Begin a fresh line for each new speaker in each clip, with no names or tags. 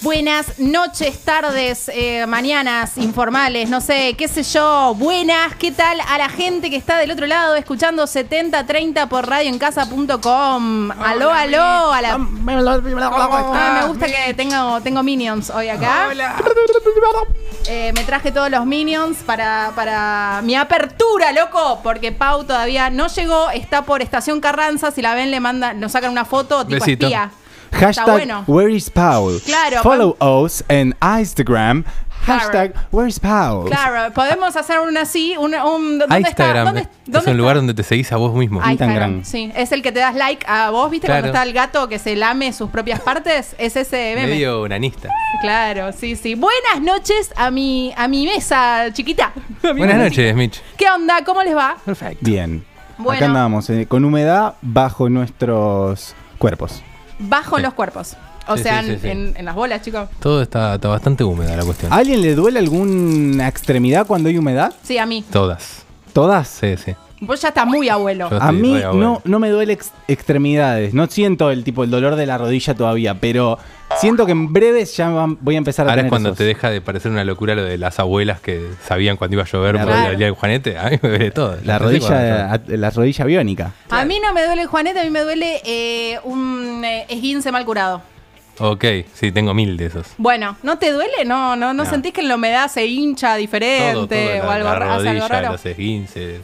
Buenas noches, tardes, eh, mañanas, informales, no sé, qué sé yo. Buenas, ¿qué tal a la gente que está del otro lado escuchando 7030 por radioencasa.com? Aló, aló, a la... Ah, me gusta que tengo, tengo minions hoy acá.
Hola.
Eh, me traje todos los minions para, para mi apertura, loco, porque Pau todavía no llegó, está por Estación Carranza, si la ven le mandan, nos sacan una foto tipo
Besito.
espía. Está
Hashtag
bueno.
Where is Paul?
Claro,
Follow us en Instagram. Hashtag Where is Paul?
Pues,
Claro, podemos
ah,
hacer una así, un, un- ¿dónde está?
Instagram
¿Dónde,
es
dónde
un
está?
lugar donde te seguís a vos mismo.
Ah, Instagram,
Instagram.
sí. Es el que te das like a vos, ¿viste?
Claro.
Cuando está el gato que se lame sus propias partes, es ese meme.
Medio unanista.
Claro, sí, sí. Buenas noches a mi, a mi mesa chiquita. A mi
Buenas
mesa
noches, Mitch.
¿Qué onda? ¿Cómo les va?
Perfecto.
Bien.
Bueno.
Acá andamos, eh, con humedad bajo nuestros cuerpos.
Bajo
Sí.
los cuerpos. O
Sí,
sea,
sí, sí, sí.
En, en las bolas, chicos.
Todo está, está bastante húmeda la cuestión.
¿A
Ah.
alguien le duele alguna extremidad cuando hay humedad?
Sí, a mí.
Todas.
¿Todas?
Sí, sí.
Vos ya estás muy abuelo.
Yo-
A
estoy
mí
re abuelo.
no, no me duele ex- extremidades. No siento el tipo el dolor de la rodilla todavía, pero siento que en breves ya van- voy a empezar a
Ahora es
tener
cuando
esos.
te deja de parecer una locura lo de las abuelas que sabían cuando iba a llover
La
por
rodilla.
el día del Juanete. A mí me duele todo. Yo
la
no sé cuándo
rodilla,
llover.
a- la rodilla biónica.
A mí no me duele el Juanete, a mí me duele eh, un eh, esguince mal curado.
Ok, sí, tengo mil de esos.
Bueno, ¿no te duele? No, no, no,
No.
sentís que en la humedad se hincha diferente
Todo, todo. La,
o algo,
la
ra- hace algo
rodilla,
raro.
los esguinces.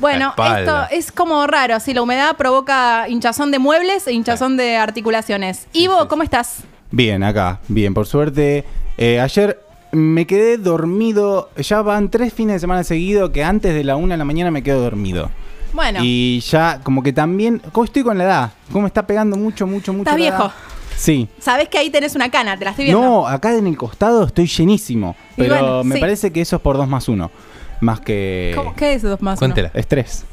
Bueno,
la espalda.
esto es como raro, sí, la humedad provoca hinchazón de muebles e hinchazón de articulaciones. Ivo, ¿cómo estás?
Bien, acá, bien, por suerte. Eh, ayer me quedé dormido, ya van tres fines de semana seguido que antes de la una de la mañana me quedo dormido.
Bueno,
Y ya como que también, ¿cómo estoy con la edad? ¿Cómo está pegando mucho, mucho, mucho?
Estás
la edad?
viejo.
Sí.
sabés que ahí tenés una cana, te la estoy viendo.
No, acá en el costado estoy llenísimo.
Y
Pero
bueno,
me
sí.
parece que eso es por dos más uno. Más que
¿Cómo- ¿Qué es dos más? uno?
Cuéntela.
estrés.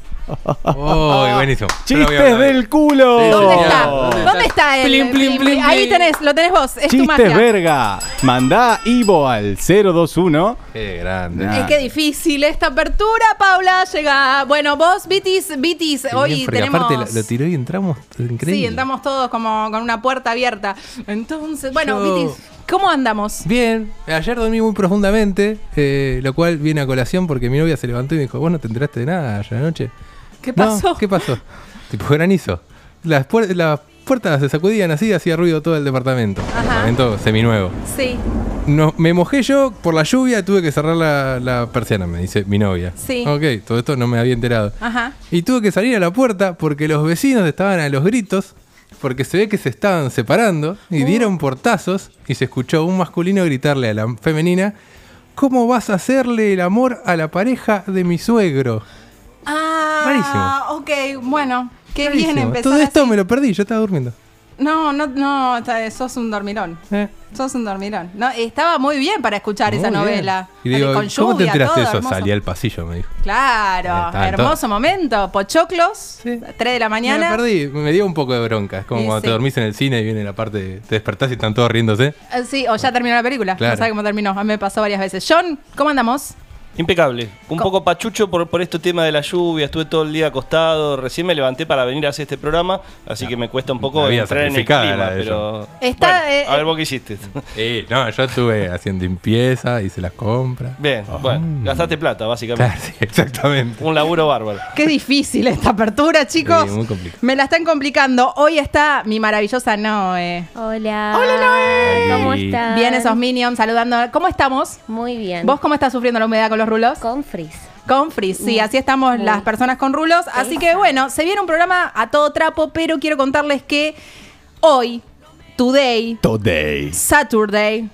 Oh, buenísimo. Yo lo voy a
¡Chistes
hablar.
del culo!
Sí,
¿Dónde
Oh.
está?
¿Dónde
¿Dónde está el?
Plin, plin, plin,
Ahí
plin.
tenés, lo tenés vos, es tu
¡Chistes
magia.
verga! Mandá Ivo al 021.
Qué grande.
Nah.
Es que difícil esta apertura, Paula. Llega. Bueno, vos, Vitis, Vitis,
Qué
hoy
bien, porque
tenemos.
aparte lo, lo tiró y entramos. Increíble.
Sí, entramos todos como con una puerta abierta. Entonces, bueno,
Yo-
Vitis, ¿cómo andamos?
Bien, ayer dormí muy profundamente, eh, lo cual viene a colación porque mi novia se levantó y me dijo, vos no te enteraste de nada ayer anoche.
¿Qué
"No,
pasó?
¿Qué pasó? tipo granizo. Las, puer- las puertas se sacudían así, hacía ruido todo el departamento.
Ajá.
Departamento seminuevo.
Sí,
No, me mojé yo por la lluvia, tuve que cerrar la, la persiana, me dice mi novia.
Sí.
Ok, todo esto no me había enterado.
ajá.
Y tuve que salir a la puerta porque los vecinos estaban a los gritos, porque se ve que se estaban separando y
Oh.
dieron portazos y se escuchó un masculino gritarle a la femenina, ¿cómo vas a hacerle el amor a la pareja de mi suegro?
Ah, ok, bueno. Qué bien
Rarísimo.
empezar.
Todo esto
así.
me lo perdí, yo estaba durmiendo.
No, no, no, está- sos un dormirón.
Eh,
Sos un dormirón. No, estaba muy bien para escuchar esa
muy bien.
novela.
Y le digo,
Con
¿cómo te
lluvia,
enteraste
todo,
de eso?
hermoso.
Salí al pasillo, me dijo.
Claro,
Estaban
hermoso
todos.
momento. Pochoclos,
Sí.
3 de la mañana.
Me lo perdí, me dio un poco de bronca. Es como
Y
cuando te
sí.
dormís en el cine y viene la parte de te despertás y están todos riéndose.
Ah, Sí, o ya terminó la película.
Claro.
No sabe cómo terminó. A mí me pasó varias veces. John, ¿cómo andamos?
Impecable. Un
Co-
poco pachucho por, por este tema de la lluvia. Estuve todo el día acostado. Recién me levanté para venir a hacer este programa. Así que me cuesta un poco
La vida
entrar en el
sacrificada
clima.
la de
Pero...
Está,
Bueno,
eh,
a ver vos qué hiciste.
Eh, no, yo estuve haciendo limpieza, hice las compras.
Bien, bueno. Gastaste plata, básicamente.
Ah. Claro, sí, exactamente.
Un laburo bárbaro.
Qué difícil esta apertura, chicos.
Sí, muy complicado.
Me la están complicando. Hoy está mi maravillosa Noe.
Hola. Hola, Noé. ¿Cómo estás?
Bien, esos minions saludando. ¿Cómo estamos?
Muy bien.
¿Vos cómo estás sufriendo la humedad con los rulos?
con frizz.
Con frizz, sí, así estamos
Muy.
las personas con rulos. Así que bueno, se viene un programa a todo trapo, pero quiero contarles que hoy, today,
Today.
Saturday,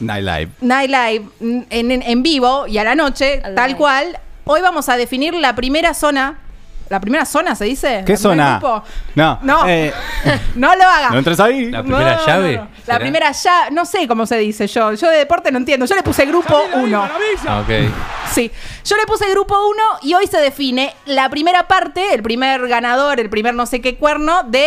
Night Live.
Night Live mm, en, en- en vivo y a la noche,
Al
tal
live.
cual, hoy vamos a definir la primera zona. ¿La primera zona se dice?
¿Qué
¿La
zona?
primer grupo?
No.
No.
eh,
No lo hagas.
no entres ahí.
La primera llave,
La
¿será?
primera llave, no sé cómo se dice yo. Yo de deporte no entiendo. Yo le puse grupo 1.
Ah, ok.
Sí, yo le puse grupo 1 y hoy se define la primera parte, el primer ganador, el primer no sé qué cuerno de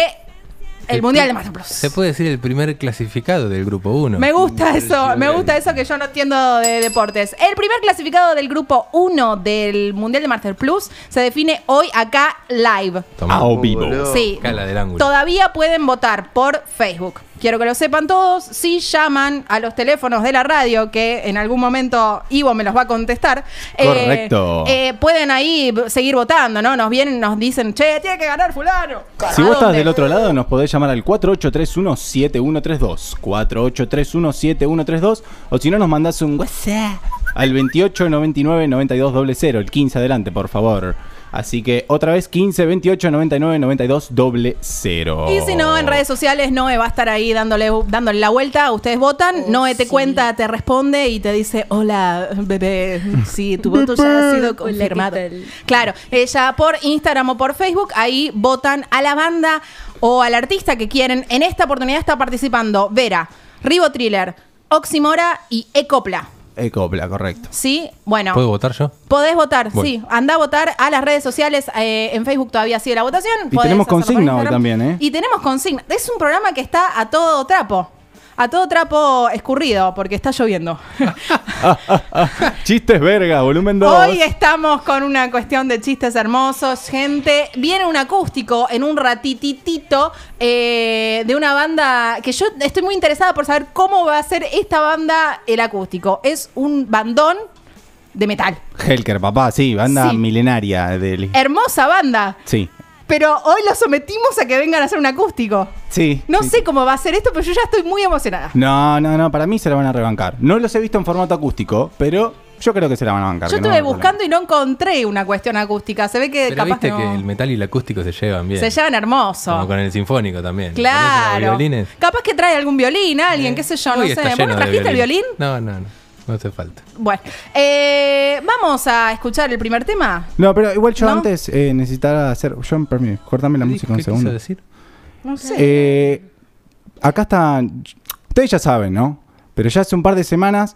El Mundial de Master Plus.
Se puede decir el primer clasificado del grupo 1.
Me gusta eso, me gusta eso que yo no entiendo de deportes. El primer clasificado del grupo 1 del Mundial de Master Plus se define hoy acá live.
Tomá.
Ah, vivo.
Sí.
Cala del ángulo.
Todavía pueden votar por Facebook. Quiero que lo sepan todos. Si llaman a los teléfonos de la radio, que en algún momento Ivo me los va a contestar. eh,
Correcto.
eh, pueden ahí b- seguir votando, ¿no? Nos vienen, nos dicen, che, tiene que ganar fulano.
Si vos estás
¿Dónde?
del otro lado, nos podés llamar al 4831-7132. 4831-7132. O si no, nos mandás un WhatsApp al 2899-9200. El 15 adelante, por favor. Así que otra vez 15 28 99 92 00.
Y si
Oh.
no, en redes sociales Noé va a estar ahí dándole, dándole la vuelta. Ustedes votan, Noé te cuenta, te responde y te dice, hola, bebé, sí, tu voto ya ha sido confirmado.
Hola, ¿qué tal?
Claro, ella por Instagram o por Facebook, ahí votan a la banda o al artista que quieren. En esta oportunidad está participando Vera, Ribo Thriller, Oximora y Ecopla.
Ecopla, correcto.
¿Sí? Bueno.
¿Puedo votar yo?
Podés votar,
Voy.
sí. Anda a votar a las redes sociales. eh, en Facebook todavía sigue la votación.
Y
Podés
tenemos
hacerlo por
consigna hoy
Instagram.
también, ¿eh?
Y tenemos consigna. Es un programa que está a todo trapo. A todo trapo escurrido, porque está lloviendo.
Ah, Chistes verga, volumen 2.
Hoy estamos con una cuestión de chistes hermosos, gente. Viene un acústico en un ratititito eh, de una banda que yo estoy muy interesada por saber cómo va a ser esta banda el acústico. Es un bandón de metal.
Helker, papá, sí, banda
Sí. Eh.
milenaria del.
Hermosa banda.
Sí.
Pero hoy lo sometimos a que vengan a hacer un acústico.
Sí.
No
sí.
sé cómo va a ser esto, pero yo ya estoy muy emocionada.
No, no, no, para mí se la van a rebancar. No los he visto en formato acústico, pero yo creo que se la van a bancar.
Yo
que no van
estuve
a tener
buscando y no encontré una cuestión acústica. Se ve que
Pero
capaz
viste
no-
que el metal y el acústico se llevan bien.
se llevan hermoso.
Como con el sinfónico también. Pones los
Claro.
violines. Eh.
Capaz que trae algún violín, alguien, qué sé yo, no
Uy,
sé.
está
¿Vos
lleno
no
de
trajiste el violín?
violines. No, no, no. No hace falta.
Bueno, eh, vamos a escuchar el primer tema.
problema. No, pero igual yo
¿No?
antes eh, necesitaba hacer. John, perdón, cortame la
¿Qué
música un
quiso
segundo.
decir?
No sé.
Eh, acá están. Ustedes ya saben, ¿no? Pero ya hace un par de semanas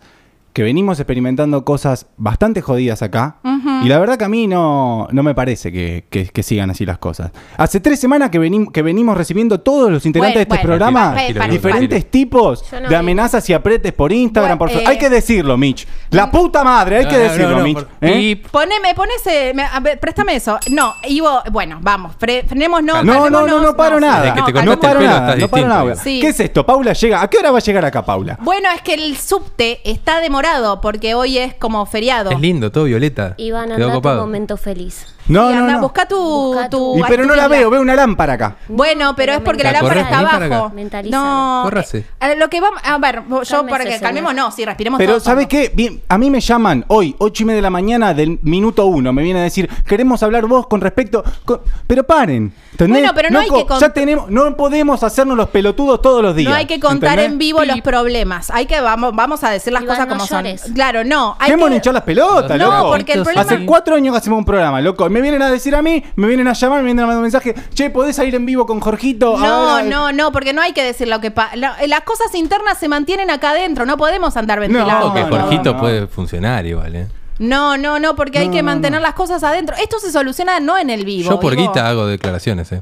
que venimos experimentando cosas bastante jodidas acá. Y la verdad que a mí no, no me parece que, que- que sigan así las cosas. Hace tres semanas que, venim- que venimos recibiendo todos los integrantes
Bueno,
de este
bueno,
programa
pa- pa-
pa-
diferentes
pa-
tipos
Yo no
de
vi.
amenazas y apretes por Instagram.
Bueno,
por fa-
eh.
hay que decirlo, Mitch. La puta madre, hay que
No, no,
decirlo,
no, no,
Mitch.
por-
¿Eh?
Pip.
Poneme, ponese, me- a ver, préstame eso. No, Ivo, bueno, vamos, fre- frenémonos.
No, no, no, no paro
calmémonos,
nada.
Desde que te
calmémonos.
no
cortaste el
paro
pelo
nada,
estás
no paro
distinto,
nada.
digamos.
Sí.
¿Qué es esto? Paula llega. ¿A qué hora va a llegar acá, Paula?
Bueno, es que el subte está demorado porque hoy es como feriado.
Es lindo, todo violeta.
Iván,
Quedó
anda tu
copado.
momento feliz.
No,
Y
no,
anda,
no.
Busca tu.
Busca
tu
tu-
Y pero no la
actividad.
veo, veo una lámpara acá.
Bueno, pero es porque la
Mentaliza.
lámpara está
Corre, vení para
abajo.
acá.
Mentalízala.
No.
Córrase.
eh, a lo que vamos. A ver, yo
Cálmese,
para que
señor.
calmémonos y respiremos
Pero
todos
¿sabes
hondo.
qué? Bien, a mí me llaman hoy, 8 y media de la mañana del minuto 1. Me viene a decir, queremos hablar vos con respecto... con- Pero paren. ¿entendés?
Bueno, pero no hay
Loco,
que cont-
Ya tenemos, no podemos hacernos los pelotudos todos los días.
No hay que contar
¿entendés?
en vivo los problemas. Hay que vamos, vamos a decir las
Iván,
cosas
no
como son.
llores.
Claro, no. Hay
Queremos
que-
hinchar las pelotas,
No,
loco.
porque el problema-
Hace cuatro años que hacemos un programa, loco. Y me vienen a decir a mí, me vienen a llamar, me vienen a mandar un mensaje. Che, ¿podés salir en vivo con Jorgito?
No,
A ver, a-
no, no, porque no hay que decir lo que pasa. Las cosas internas se mantienen acá adentro, no podemos andar ventilando.
Ojo que
No, no,
Jorgito
no.
puede funcionar igual, ¿eh?
No, no, no, porque hay
No,
que
no,
mantener las cosas adentro. Esto se soluciona no en el vivo.
Yo por
Ivo.
guita hago declaraciones, ¿eh?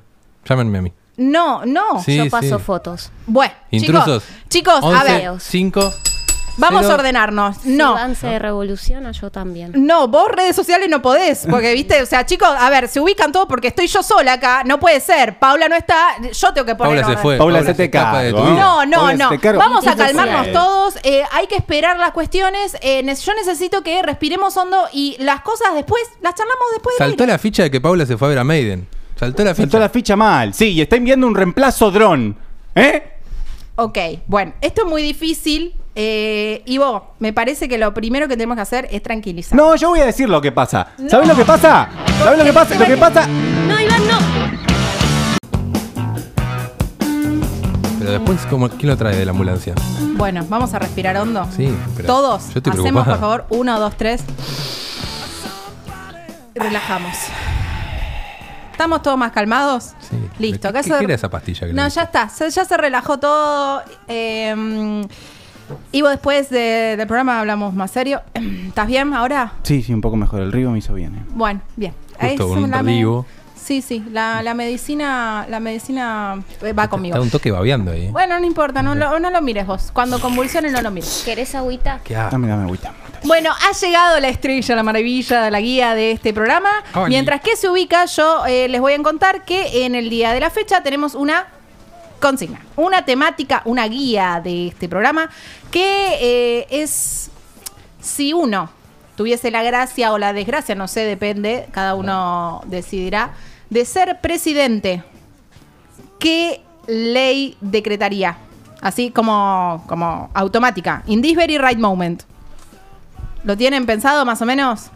Llámenme a mí.
No, no.
Sí,
Yo paso
sí.
fotos.
Bueno,
Intrusos.
chicos, chicos a
11,
ver,
5.
vamos
cero.
a ordenarnos.
Si
No.
Iván se revoluciona, yo también.
No, vos redes sociales no podés, porque viste, o sea, chicos, a ver, se ubican todos porque estoy yo sola acá, no puede ser, Paula no está, yo tengo que poner
Paula se
orden.
fue.
Paula, se te
escapa
cae,
de tu
¿no?
vida.
No, no,
Oye,
no.
este caro-
Vamos a
Entonces,
calmarnos
eh.
todos. eh, hay que esperar las cuestiones. eh, ne- yo necesito que respiremos hondo y las cosas después, las charlamos después del
Saltó
aire.
la ficha de que Paula se fue a ver a Maiden. Saltó la ficha.
Saltó la ficha mal. Sí, y está enviando un reemplazo dron. ¿Eh?
Ok, bueno, esto es muy difícil. Eh, Ivo, me parece que lo primero que tenemos que hacer es tranquilizar.
No, yo voy a decir lo que pasa. ¿Sabes lo que pasa? ¿Sabes lo que pasa? Lo que pasa.
No, Iván, no.
Pero después, ¿cómo, ¿quién lo trae de la ambulancia?
Bueno, vamos a respirar hondo.
Sí, pero
Todos.
yo estoy
Hacemos,
preocupado.
por favor, uno, dos, tres. Relajamos. ¿Estamos todos más calmados?
Sí.
Listo.
¿Qué-
acá
qué-
se-
qué era esa pastilla que le
No,
diste?
ya está. Se- ya se relajó todo. Eh, Ivo, después de- del programa hablamos más serio. ¿Estás bien ahora?
Sí, sí, un poco mejor. El río me hizo bien. eh.
Bueno, bien.
Justo con un
la-
río.
sí, sí. La, la medicina, la medicina eh, va conmigo.
Está un toque babeando ahí. ¿eh?
Bueno, no importa, no lo, no lo mires vos. Cuando convulsiones no lo mires.
¿Querés agüita?
Qué asco.
Dame, dame agüita.
Bueno, ha llegado la estrella, la maravilla, la guía de este programa.
Oli.
Mientras que se ubica, yo eh, les voy a contar que en el día de la fecha tenemos una consigna, una temática, una guía de este programa que eh, es si uno tuviese la gracia o la desgracia, no sé, depende, cada uno decidirá, de ser presidente, ¿qué ley decretaría? Así como, como automática. In this very right moment. ¿Lo tienen pensado más o menos?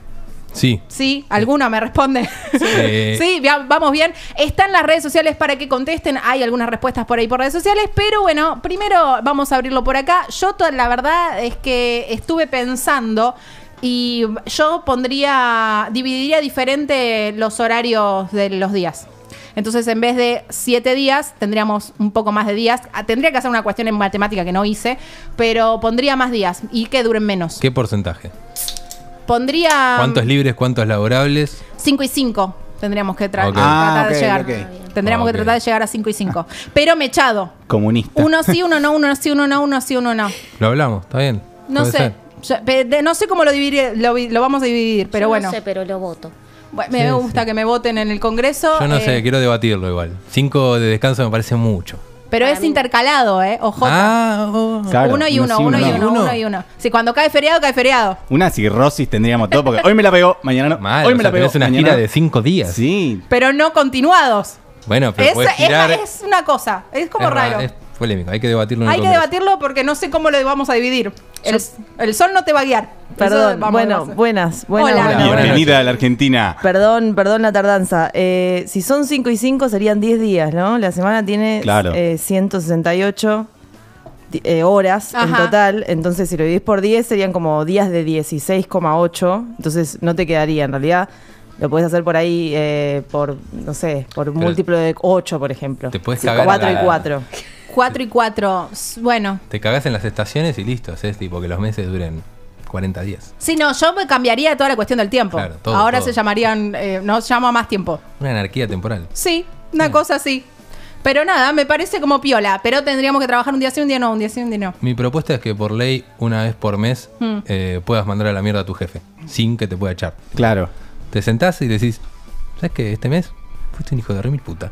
Sí.
Sí, alguno me responde.
Sí.
sí, ya, vamos bien. Están las redes sociales para que contesten. Hay algunas respuestas por ahí por redes sociales, pero bueno, primero vamos a abrirlo por acá. Yo to- la verdad es que estuve pensando y yo pondría, dividiría diferente los horarios de los días. Entonces, en vez de siete días, tendríamos un poco más de días. Ah, Tendría que hacer una cuestión en matemática que no hice, pero pondría más días y que duren menos.
¿Qué porcentaje?
Um, Pondría.
¿Cuántos libres, cuántos laborables?
5 y 5 tendríamos que tra-
Ok. Ah,
tratar
Ah,
de
ok,
llegar.
ok.
Tendríamos
Ok.
que tratar de llegar a 5 y 5. Pero mechado.
Comunista.
Uno sí, uno no, uno sí, uno no, uno sí, uno no.
Lo hablamos, ¿está bien?
No
Puede
sé.
ser.
Yo- pe- de- no sé cómo lo, dividir- lo, vi- lo vamos a dividir, pero
Yo
bueno.
No sé, pero lo voto.
Bueno, Me
Sí,
gusta
sí.
que me voten en el Congreso.
Yo no
eh,
sé, quiero debatirlo igual. Cinco de descanso me parece mucho.
Pero
Para
es
mí.
intercalado, ¿eh? Ojo.
Ah, oh.
Claro,
uno y
uno
uno,
sí,
uno,
uno no.
y uno, uno
Uno.
y uno. Si cuando cae feriado, cae feriado.
Una cirrosis tendríamos todo, porque hoy me la pegó, mañana no.
Mal,
hoy
o
me
sea,
la pegó.
tenés una
mañana
gira
no.
de cinco días.
Sí.
Pero no continuados.
Bueno, pero
Es,
puedes
es,
girar. eh.
es una cosa. Es como
es ra-
raro.
Es polémico, hay que debatirlo en el
Hay que
Congreso.
debatirlo porque no sé cómo lo vamos a dividir. El, el sol no te va a guiar. Eso
Perdón,
vamos a
bueno,
hacer.
buenas, buenas,
Hola.
buenas.
Hola. Ah, buenas
Bienvenida a la Argentina.
Perdón, perdón la tardanza. Eh, si son 5 y 5 serían 10 días, ¿no? La semana tiene
Claro.
eh, 168 di- eh, horas en
Ajá.
total. Entonces, si lo dividís por 10, serían como días de 16,8. Entonces, no te quedaría en realidad. Lo puedes hacer por ahí, eh, por, no sé, por un
Pero-
múltiplo de 8, por ejemplo.
Te podés
Sí,
cagar a
4
la-
y 4.
4 y 4. Bueno.
Te cagás en las estaciones y listo, es tipo que los meses duren 40 días.
Sí, no, yo me cambiaría toda la cuestión del tiempo.
Claro, todo,
Ahora
todo.
se llamarían, eh, no se llama más tiempo.
Una anarquía temporal.
Sí, una
Mm.
cosa así. Pero nada, me parece como piola. Pero tendríamos que trabajar un día sí, un día no, un día sí, un día no.
Mi propuesta es que por ley, una vez por mes, eh, puedas mandar a la mierda a tu jefe, sin que te pueda echar.
Claro.
Te sentás y decís, ¿sabes qué? Este mes fuiste un hijo de re mil puta.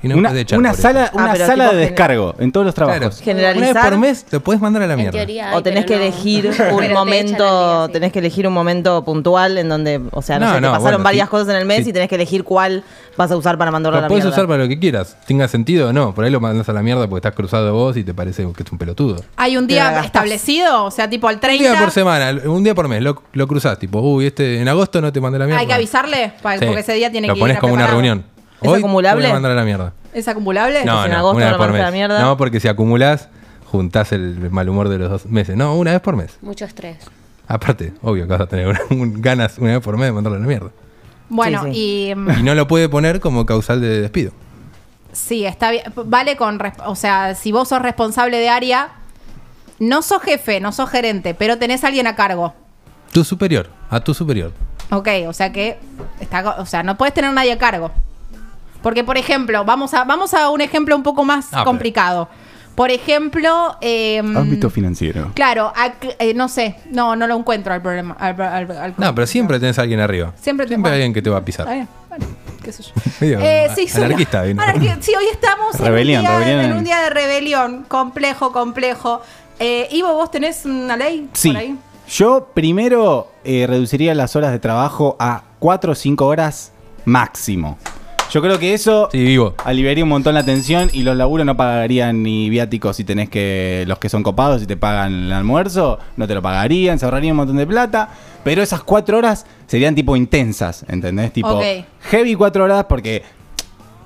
Y no me
una
podés echar
una
por eso".
sala,
Ah,
una
pero
sala
tipo
de
gen-
descargo en todos los
Claro.
trabajos.
Generalizar.
Una vez por mes te puedes mandar a la
En
mierda.
teoría.
o
hay,
tenés que
pero no.
elegir
Pero te
un
echan
momento,
al día, sí.
tenés que elegir un momento puntual en donde, o sea, no,
No,
sé, te
no,
pasaron
bueno,
varias
sí.
cosas en el mes
Sí.
y tenés que elegir cuál vas a usar para mandarlo
Lo
a la
puedes
mierda.
usar para lo que quieras, tenga sentido o no. Por ahí lo mandas a la mierda porque estás cruzado vos y te parece que es un pelotudo.
¿Hay un
Pero la
día
gastás.
establecido? O sea, tipo al
Un
30.
día por semana, un día por mes, lo, lo cruzás. Tipo, uy, este, en agosto no te mandé la mierda.
Hay que avisarle para-
Sí.
porque ese día tiene
Lo
que
pones
ir
como
preparado.
una reunión.
¿Es
Hoy
acumulable?
te voy a mandar a la mierda.
¿Es acumulable?
No,
en
no,
agosto
una
no
vez por
mandaste
mes.
a la mierda.
No, porque si acumulás, juntás el mal humor de los dos meses. No, una vez por mes.
Mucho estrés.
Aparte, obvio que vas a tener una- un- ganas una vez por mes de mandarle a la mierda.
Bueno,
Sí, sí.
y mm,
Y no lo puede poner como causal de despido.
Sí, está bien. Vale con. res- O sea, si vos sos responsable de área, no sos jefe, no sos gerente, pero tenés a alguien a cargo.
Tu superior, a tu superior.
Ok, o sea que. Está, co- o sea, no puedes tener a nadie a cargo. Porque, por ejemplo, vamos a, vamos a un ejemplo un poco más
Ah, pero-
complicado. Por ejemplo. eh,
Ámbito financiero.
Claro, ac- eh, no sé. No, no lo encuentro al problema. al- al- al-
No, pero siempre tenés a alguien arriba.
Siempre te-
hay alguien que te va a pisar.
Está bien, bueno, qué sé yo.
Medio
Eh,
a-
sí, soy
anarquista,
una-
vino.
anarqui- sí, hoy estamos en un
Rebelión,
día- en, un día,
rebelión.
de rebelión, complejo, complejo. Eh, Ivo, ¿vos tenés una ley
Sí.
por ahí?
Yo primero eh, reduciría las horas de trabajo a 4 o 5 horas máximo. Yo creo que eso
Sí, vivo.
aliviaría un montón la tensión y los laburos no pagarían ni viáticos si tenés que. Los que son copados y te pagan el almuerzo, no te lo pagarían, se ahorraría un montón de plata. Pero esas 4 horas serían tipo intensas, ¿entendés? Tipo
Ok.
heavy 4 horas porque.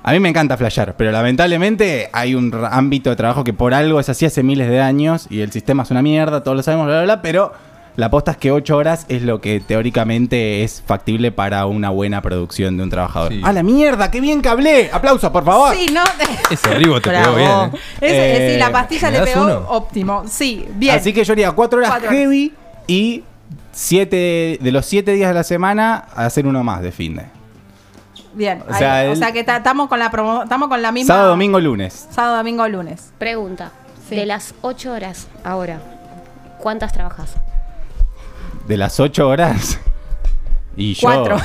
A mí me encanta flashear, pero lamentablemente hay un r- ámbito de trabajo que por algo es así hace miles de años y el sistema es una mierda, todos lo sabemos, bla, bla, bla, pero la aposta es que 8 horas es lo que teóricamente es factible para una buena producción de un trabajador.
Sí.
¡A la mierda! ¡Qué bien que hablé! ¡Aplausos, por favor!
Sí, no.
Ese ribo te pegó
Bravo.
bien. ¿eh?
Ese-
Eh,
sí, la pastilla
¿me
le
das
pegó
uno?
óptimo. Sí, bien.
Así que yo haría 4 horas
Cuatro horas.
heavy y siete, de los 7 días de la semana hacer uno más de fin de.
Bien.
O sea,
ahí-
el-
que ta- estamos con la promo- estamos con la misma.
Sábado, domingo, lunes.
Sábado, domingo, lunes.
Pregunta.
Sí.
De las 8 horas ahora, ¿cuántas trabajas?
De las 8 horas. Y yo.
Cuatro.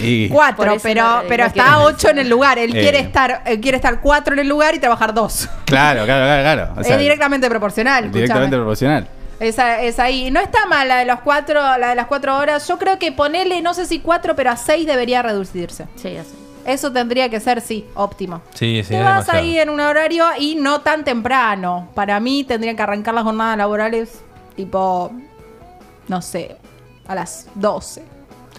Y,
Por
Cuatro,
eso
pero,
no te-
pero
no
está
quiero
ocho en el lugar. Él
Eh.
quiere estar, él quiere estar cuatro en el lugar y trabajar dos.
claro, claro, claro, claro. O sea,
es directamente proporcional.
directamente
escúchame.
proporcional.
Esa es ahí. No está mal la de los cuatro, la de las cuatro horas. Yo creo que ponerle, no sé si cuatro, pero a seis debería reducirse.
Sí, ya sé.
Eso tendría que ser, sí, óptimo.
Sí, sí,
Te
es
vas
demasiado.
ahí en un horario y no tan temprano. Para mí tendrían que arrancar las jornadas laborales tipo, no sé, a las 12.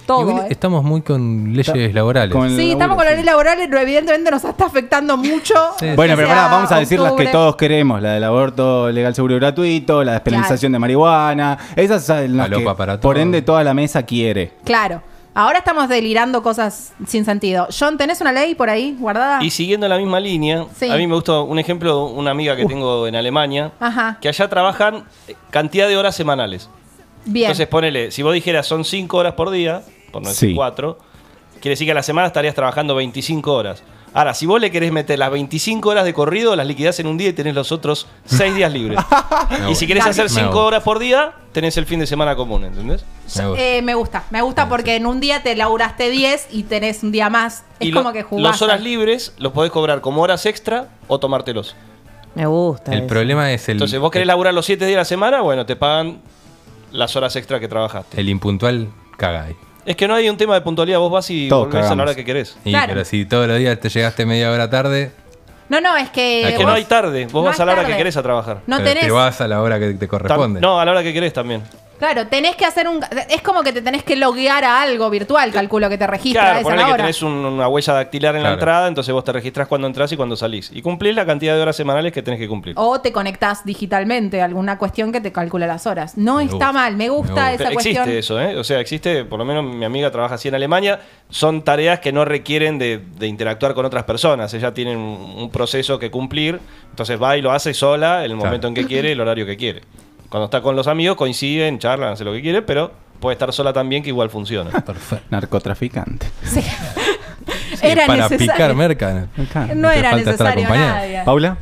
Todo,
Igual
¿eh?
estamos muy con leyes laborales.
con el
Sí, estamos
laburo,
con la
sí.
ley laboral, pero evidentemente nos está afectando mucho.
Sí, sí.
Bueno,
que
pero
sea
pará, vamos a decir las que
octubre.
todos queremos: la del aborto legal seguro gratuito, la despenalización de marihuana. Esas son las
Falopa
que,
para
por
todos.
ende, toda la mesa quiere.
Claro. Ahora estamos delirando cosas sin sentido. John, ¿tenés una ley por ahí guardada?
Y siguiendo la misma línea,
Ah. Sí. Uh.
a mí me gusta un ejemplo, una amiga que tengo en Alemania,
Ajá.
que allá trabajan cantidad de horas semanales.
Bien.
Entonces ponele, si vos dijeras son 5 horas por día, por no decir
Sí.
4, quiere decir que a la semana estarías trabajando 25 horas. Ahora, si vos le querés meter las 25 horas de corrido, las liquidás en un día y tenés los otros 6 días libres. y si querés hacer
Me
5
gusta.
horas por día, tenés el fin de semana común, ¿entendés?
Me gusta.
Eh, me gusta, me gusta porque en un día te laburaste 10 y tenés un día más. Es
y lo-
como que jugás.
los horas libres los podés cobrar como horas extra o tomártelos.
Me gusta.
el
eso.
problema es el,
Entonces, vos querés laburar los 7 días de la semana, bueno, te pagan las horas extra que trabajaste.
el impuntual caga ahí.
Es que no hay un tema de puntualidad, vos vas y
Todos
volvés a la
cagamos.
hora que querés.
Y,
Claro.
Pero si todos los días te llegaste media hora tarde,
No, no, es que.
Es
Es que
vos
no hay tarde, vos
no
vas
hay
a la hora que
tarde.
querés a trabajar.
No
pero
tenés.
te vas a la hora que te
Tam-
corresponde.
No, a la hora que querés también.
Claro, tenés que hacer un. Es como que te tenés que loguear a algo virtual, calculo que te registra
claro,
esa
ponele que
hora.
tenés un- una huella dactilar en la
Claro.
entrada, entonces vos te registrás cuando entras y cuando salís. Y cumplís la cantidad de horas semanales que tenés que
Oh,
cumplir.
O te conectás digitalmente, alguna cuestión que te calcula las horas. No
Me
está
gusta.
mal, me gusta
Me gusta.
esa
Pero existe
cuestión.
eso, ¿eh? O sea, existe, por lo menos mi amiga trabaja así en Alemania, son tareas que no requieren de, de interactuar con otras personas. Ella tiene un, un proceso que cumplir, entonces va y lo hace sola en el momento en que quiere, el horario que quiere. Cuando está con los amigos coinciden, charlan, hace lo que quiere, pero puede estar sola también que igual funciona.
Perfecto.
Narcotraficante.
Sí.
Sí,
era
para
necesario.
picar merca.
Acá.
no
te
era
falta estar
necesario
acompañado.
nadie.
¿Paula?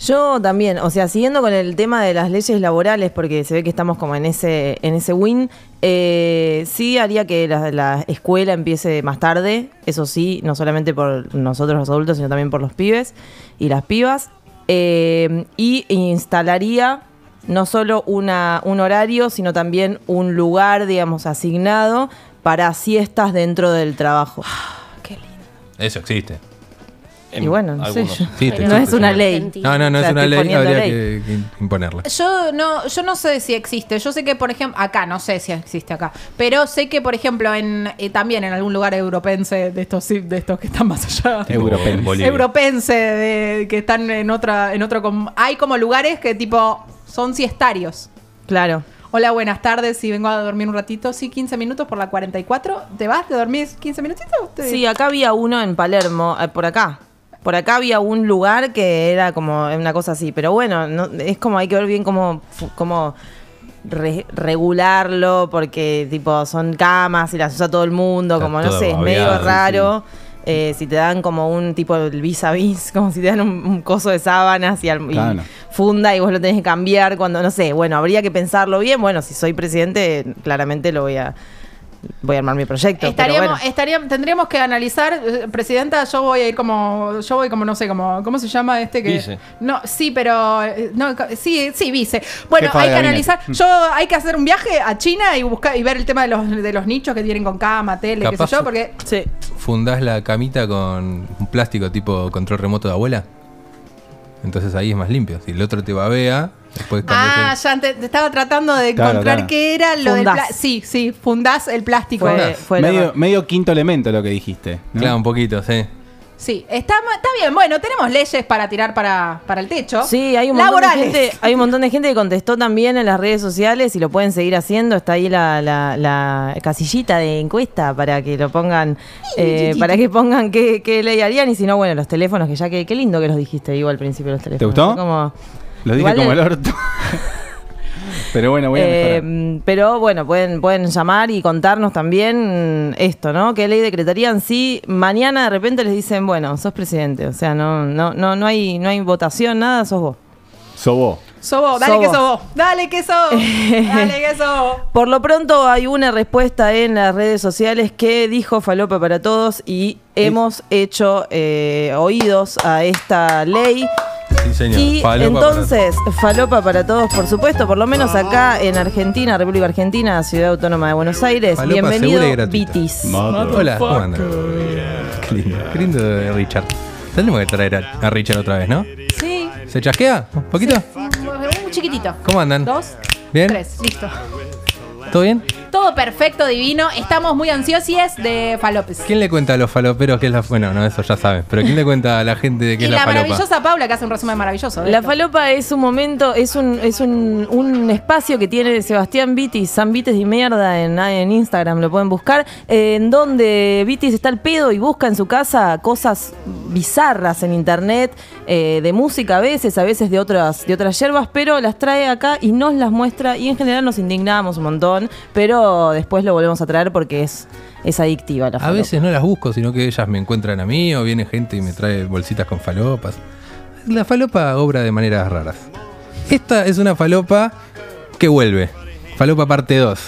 Yo también, o sea, siguiendo con el tema de las leyes laborales, porque se ve que estamos como en ese, en ese win, eh, sí haría que la, la escuela empiece más tarde, eso sí, no solamente por nosotros los adultos, sino también por los pibes y las pibas, eh, y instalaría no solo una, un horario, sino también un lugar, digamos, asignado para siestas dentro del trabajo.
Eso existe.
Y bueno, no sé
algunos.
yo.
Sí, te
No
existe,
es una
sí.
ley.
No, no, no
O sea,
es una
estoy
ley,
poniendo
habría
ley.
que que imponerla.
Yo no, yo no sé si existe. Yo sé que, por ejemplo, acá, no sé si existe acá, pero sé que, por ejemplo, en eh, también en algún lugar europense de estos sí, de estos que están más allá.
Tipo,
Europeo.
en Bolivia.
Europense de- que están en otra, en otro com- hay como lugares que tipo son siestarios.
Claro.
Hola, buenas tardes. Si vengo a dormir un ratito, sí, 15 minutos por la 44. ¿Te vas? ¿Te dormís 15 minutitos? Te-
Sí, acá había uno en Palermo, eh, por acá. Por acá había un lugar que era como una cosa así, pero bueno, no- es como hay que ver bien cómo, fu- cómo re- regularlo, porque tipo son camas y las usa todo el mundo,
Está
como no
todo
sé, es medio
babeado,
raro. eh, si te dan como un tipo el vis a vis, como si te dan un, un coso de sábanas y, al- y
Claro.
funda y vos lo tenés que cambiar cuando, no sé, bueno, habría que pensarlo bien. Bueno, si soy presidente, claramente lo voy a, voy a armar mi proyecto. pero
Estaríamos,
bueno.
estaríamos- tendríamos que analizar, eh, Presidenta, yo voy a ir como, yo voy como, no sé, como, ¿cómo se llama este que?
Vice.
No, sí, pero, eh, no, co- sí, sí, vice. Bueno,
Jefa de
hay que
gabinete.
analizar, yo, hay que hacer un viaje a China y buscar, y ver el tema de los, de los nichos que tienen con cama, tele, qué
Capaz-
sé yo, porque
Sí.
Fundás la camita con un plástico tipo control remoto de abuela. Entonces ahí es más limpio. Si el otro te babea, después
Ah,
cambias
ya te, te estaba tratando de
Claro,
encontrar
claro.
qué era lo del
Fundás.
pla- Sí, sí, fundás el plástico.
Fue, fue la-
Medio, medio quinto elemento lo que dijiste.
el-
¿no?
Claro, un poquito, sí.
Sí, está, ma- está bien, bueno, tenemos leyes para tirar para, para el techo.
Sí, hay un, montón de
Laborales.
gente, hay un montón de gente que contestó también en las redes sociales y lo pueden seguir haciendo. Está ahí la, la- la casillita de encuesta para que lo pongan, eh, para que pongan qué, qué ley harían y si no, bueno, los teléfonos, que ya que qué lindo que los dijiste, digo al principio los teléfonos.
gustó?
Fue como-
Lo dije
Igual
como
el-
el orto. Pero bueno, voy a
Eh,
mejorar.
pero bueno, pueden, pueden llamar y contarnos también esto, ¿no? ¿Qué ley decretarían si mañana de repente les dicen, bueno, sos presidente? O sea, no, no, no, no hay, no hay votación, nada, sos vos.
Sobó.
Sobo, dale
Sobo.
que sobo. Dale que sobo. dale que sobo.
Por lo pronto hay una respuesta en las redes sociales que dijo Falopa para todos y hemos hecho eh, oídos a esta ley.
Sí, señor.
Y
Falopa para-
entonces, falopa para todos, por supuesto, por lo menos acá en Argentina, República Argentina, Ciudad Autónoma de Buenos Aires.
Falopa
Bienvenido,
segura y gratuita.
Vitis.
Hola, ¿cómo andan? Qué lindo. Qué lindo de Richard. Tenemos que traer a, a Richard otra vez, ¿no?
Sí.
¿Se chasquea? ¿Un poquito?
Un chiquitito.
¿Cómo andan?
Dos.
¿Bien?
Tres. Listo.
¿Todo bien?
Todo perfecto, divino. Estamos muy ansiosos de Falopes.
¿Quién le cuenta a los faloperos que es la... Bueno, no, eso ya saben. Pero ¿quién le cuenta a la gente de qué
Y
es
la,
la, falopa?
maravillosa Paula que hace un resumen maravilloso. de
La
esto.
falopa es un momento, es un, es un, un espacio que tiene Sebastián Vitis, San Vitis y mierda en, en Instagram, lo pueden buscar, eh, en donde Vitis está al pedo y busca en su casa cosas bizarras en internet, eh, de música a veces, a veces de otras, de otras hierbas, pero las trae acá y nos las muestra y en general nos indignamos un montón, pero después lo volvemos a traer porque es, es adictiva la
A
falopa.
veces no las busco, sino que ellas me encuentran a mí o viene gente y me trae bolsitas con falopas. La falopa obra de maneras raras. Esta es una falopa que vuelve. Falopa parte 2.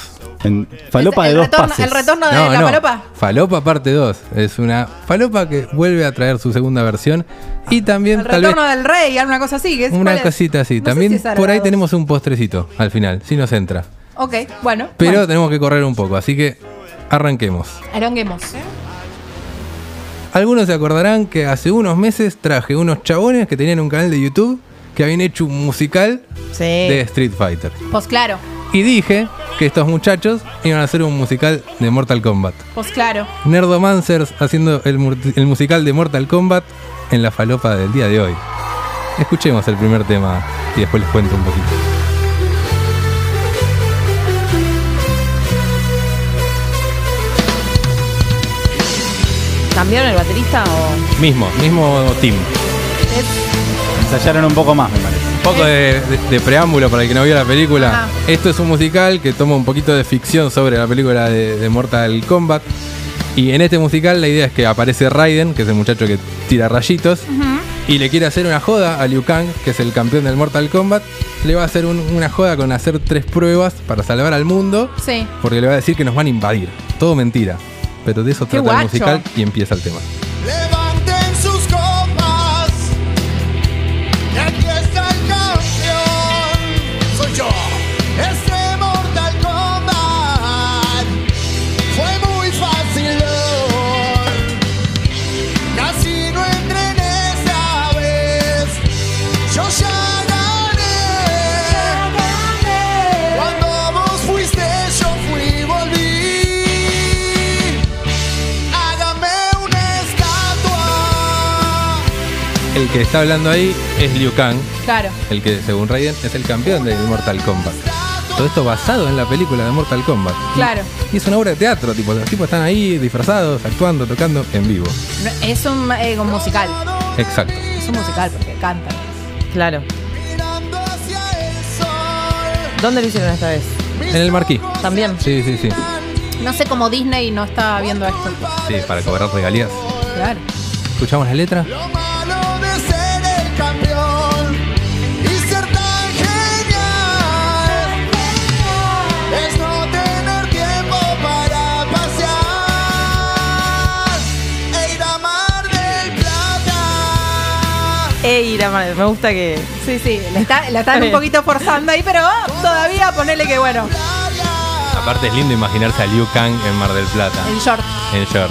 En falopa
El-
de dos
el retorno-
pases.
El retorno de eh, la falopa.
Falopa parte 2. Es una falopa que vuelve a traer su segunda versión. Y también,
El
tal vez,
retorno del rey, alguna cosa así. que es- ¿cuál
una
es?
cosita así.
No sé
también
si es a la
por ahí
dos.
tenemos un postrecito al final, si nos entra.
Ok, bueno.
Pero
bueno,
tenemos que correr un poco, así que arranquemos.
aronguemos.
Algunos se acordarán que hace unos meses traje unos chabones que tenían un canal de YouTube que habían hecho un musical
Sí.
Eh.
de Street Fighter.
Pues claro,
Y dije que estos muchachos iban a hacer un musical de Mortal Kombat.
pues claro.
Nerdomancers haciendo el, mur- el musical de Mortal Kombat en la falopa del día de hoy. Escuchemos el primer tema y después les cuento un poquito.
¿Cambiaron el baterista o...?
Mismo, mismo team.
Ensayaron un poco más, me parece.
Un poco de, de- de preámbulo para el que no vio la película.
Ajá.
Esto es un musical que toma un poquito de ficción sobre la película de, de Mortal Kombat. Y en este musical la idea es que aparece Raiden, que es el muchacho que tira rayitos, y le quiere hacer una joda a Liu Kang, que es el campeón del Mortal Kombat. Le va a hacer un- una joda con hacer tres pruebas para salvar al mundo,
Sí.
porque le va a decir que nos van a invadir. Todo mentira. Pero de eso
Qué
trata el
guacho.
musical y empieza el tema.
Levanten sus copas. Y aquí está el campeón. Soy yo. Este Mortal Kombat fue muy fácil. Casi no entrené esta vez. Yo ya gané. Cuando vos fuiste, yo fui y volví. Hágame una estatua.
El que está hablando ahí es Liu Kang,
Claro.
el que según Raiden es el campeón de Mortal Kombat. Todo esto basado en la película de Mortal Kombat. Y-
Claro.
Y es una obra de teatro, tipo, los tipos están ahí disfrazados, actuando, tocando en vivo.
No, Es un, eh, un musical.
Exacto.
Es un musical porque canta.
Claro.
Mirando hacia el sol.
¿Dónde lo hicieron esta vez?
En el marquí.
También.
Sí, sí, sí.
No sé cómo Disney no está viendo esto.
Sí, para cobrar regalías.
Claro.
¿Escuchamos la letra?
Lo malo de ser el campeón y ser tan genial es no tener tiempo para pasear e ir a Mar del Plata.
Ey, la madre, me gusta que.
Sí, sí. La, está- la están
Está
un
bien.
poquito forzando ahí, pero oh, todavía ponele que bueno.
Aparte es lindo imaginarse a Liu Kang en Mar del Plata,
El short.
en short.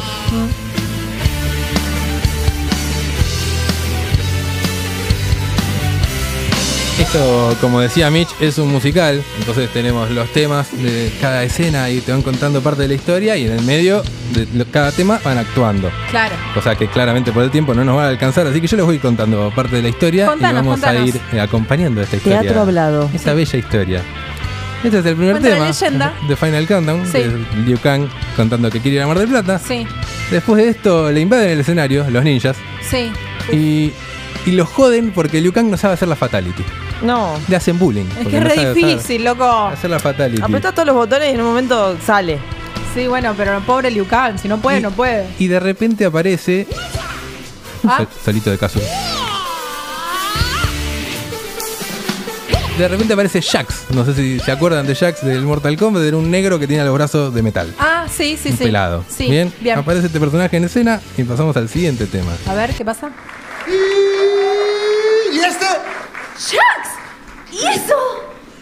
Esto, como decía Mitch, es un musical, entonces tenemos los temas de cada escena y te van contando parte de la historia y en el medio de lo- cada tema van actuando.
Claro.
Cosa que claramente por el tiempo no nos va a alcanzar, así que yo les voy a ir contando parte de la historia y
Contanos,
vamos a
contanos.
ir eh, acompañando esta historia.
Teatro hablado.
Esta bella historia. Este es el primer
Cuenta la
tema
leyenda.
de Final Countdown,
Sí.
que es Liu Kang contando que quiere ir a Mar del Plata.
Sí.
Después de esto le invaden el escenario, los ninjas,
Sí.
y y lo joden porque Liu Kang no sabe hacer la fatality.
No.
Le hacen bullying.
Es
porque
que es
no sabe
re
hacer-
difícil, loco.
Hacer la fatality.
Apretás todos los botones y en un momento sale.
Sí, bueno, pero pobre Liu Kang, si no puede,
Y-
no puede.
Y de repente aparece.
Ah.
Sol- Solito de caso. De repente aparece Jax. No sé si se acuerdan de Jax del Mortal Kombat. Era un negro que tenía los brazos de metal.
Ah, sí, sí,
un
sí.
pelado.
Sí,
bien.
bien.
Aparece este personaje en escena y pasamos al siguiente tema.
A ver, ¿qué pasa?
¿Y este?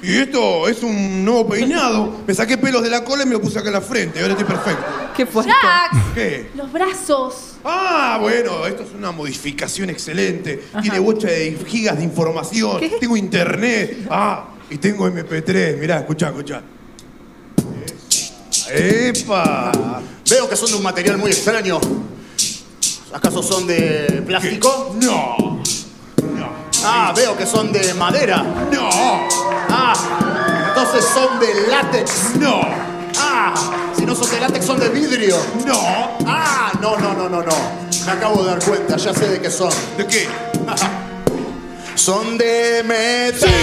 ¿Y esto es un nuevo peinado. Me saqué pelos de la cola y me lo puse acá en la frente. Ahora estoy perfecto.
¿Qué fue?
¿Qué?
Los brazos.
Ah, bueno, esto es una modificación excelente. Tiene bocha de gigas de información.
¿Qué?
Tengo internet. Ah, y tengo MP3. Mirá, escuchá, escuchá. ¡Epa!
Veo que son de un material muy extraño. ¿Acaso son de plástico?
¡No!
Ah, veo que son de madera.
¡No!
Ah, entonces son de látex.
¡No!
Ah, si no son de látex, son de vidrio.
¡No!
Ah, no, no, no, no, no. Me acabo de dar cuenta, ya sé de qué son.
¿De qué?
Son de
¡Sí!
metal.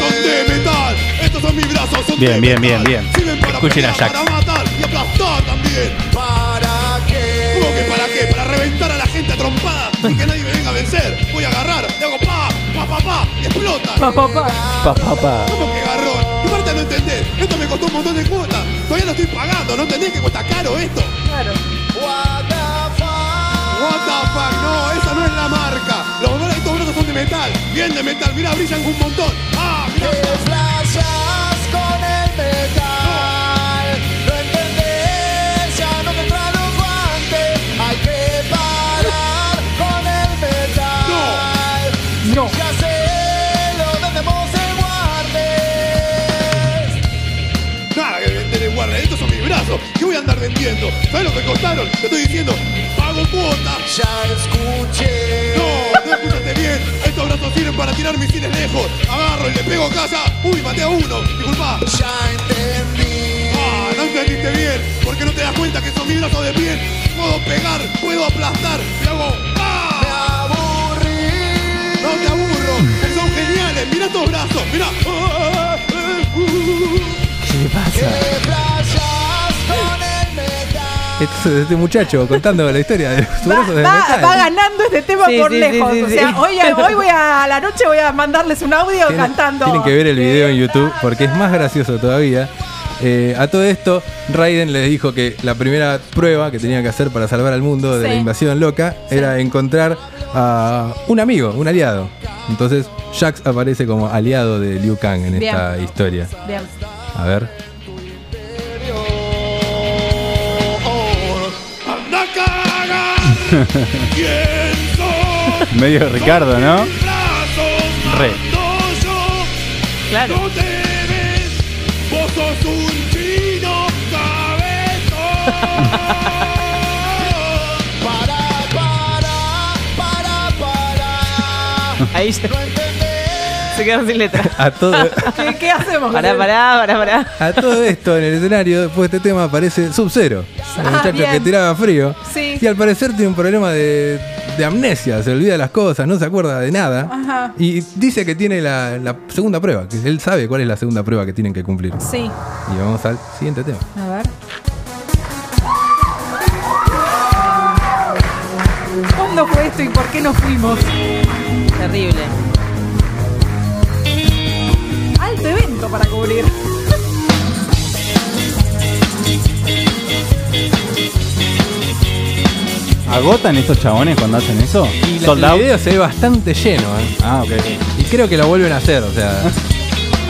¡Son de metal! ¡Estos son mis brazos! ¡Son
Bien,
de
bien,
metal!
bien, bien.
Sirven para
Escuchen a
pelear,
Jax.
Para matar y aplastar también.
¿Para qué?
¿Cómo que para qué? Para reventar a la gente a trompadas y que nadie me venga a vencer. Voy a agarrar, le hago pa, pa, pa, pa, y explota.
Pa, pa, pa.
¿Cómo que garrón? Y Marta no entendés, esto me costó un montón de cuotas. Todavía lo estoy pagando, ¿no entendés que cuesta caro esto?
What the fuck?
What the fuck, no, esa no es la marca. Los valores de estos brazos son de metal, bien de metal, mirá, brillan un montón. Ah, mirá.
Te flashas con el metal. No entendés, ya no me traen los guantes. Hay que parar con el metal.
No.
Ya sé lo tenemos en guardes.
Nada que vender en guarda, estos son mis brazos. ¿Qué voy a andar vendiendo? ¿Sabes lo que costaron? Te estoy diciendo, pago cuotas.
Ya escuché.
No, no escúchate bien. Estos brazos sirven para tirar misiles lejos. Agarro y le pego a casa. Uy, maté a uno. Disculpa.
Ya entendí.
Ah, no entendiste bien. Porque no te das cuenta que son mis brazos de piel. Puedo pegar, puedo aplastar. Y hago
Me
¡Ah!
aburrí.
No te aburro. porque Son geniales. Mira estos brazos. Ah, eh, Mira. uh.
¿Qué pasa?
Te flashas con el metal.
Este, este muchacho contando la historia de los
Va,
brazos de
va-
metal.
va ganando este tema
Sí,
por
sí, sí,
lejos.
sí,
o
sí.
sea, hoy, a, hoy voy a, a la noche voy a mandarles un audio
Tienen-
cantando.
Tienen que ver el video en YouTube porque es más gracioso todavía. Eh, a todo esto, Raiden les dijo que la primera prueba que tenían que hacer para salvar al mundo de la
Sí.
invasión loca era encontrar a un amigo, un aliado. Entonces, Jax aparece como aliado de Liu Kang en
Bien.
esta historia.
Bien.
A ver.
Oh, ¡Anda a cagar! ¿Quién soy?
Medio Ricardo, ¿no?
Brazos
Re.
mando yo.
Claro.
No te ves, vos sos un chino cabezón.
Para, para, para, para.
Ahí se,
No entendés.
se quedaron sin letra.
A todo,
¿Qué, qué hacemos?
Pará, pará, pará, pará.
a todo esto en el escenario, después de este tema aparece Sub-Zero, el
Ah,
muchacho
bien.
que tiraba frío.
Sí.
Y al parecer tiene un problema de, de amnesia, se olvida las cosas, no se acuerda de nada.
Ajá.
Y dice que tiene la, la segunda prueba, que él sabe cuál es la segunda prueba que tienen que cumplir.
Sí.
Y vamos al siguiente tema.
A ver. ¿Cuándo fue esto y por qué no fuimos?
Terrible.
Alto evento para cubrir.
¿Agotan estos chabones cuando hacen eso?
Y la-
¿Sold
el
out?
video se ve bastante lleno, ¿eh?
Ah, ok.
Y creo que lo vuelven a hacer, o sea,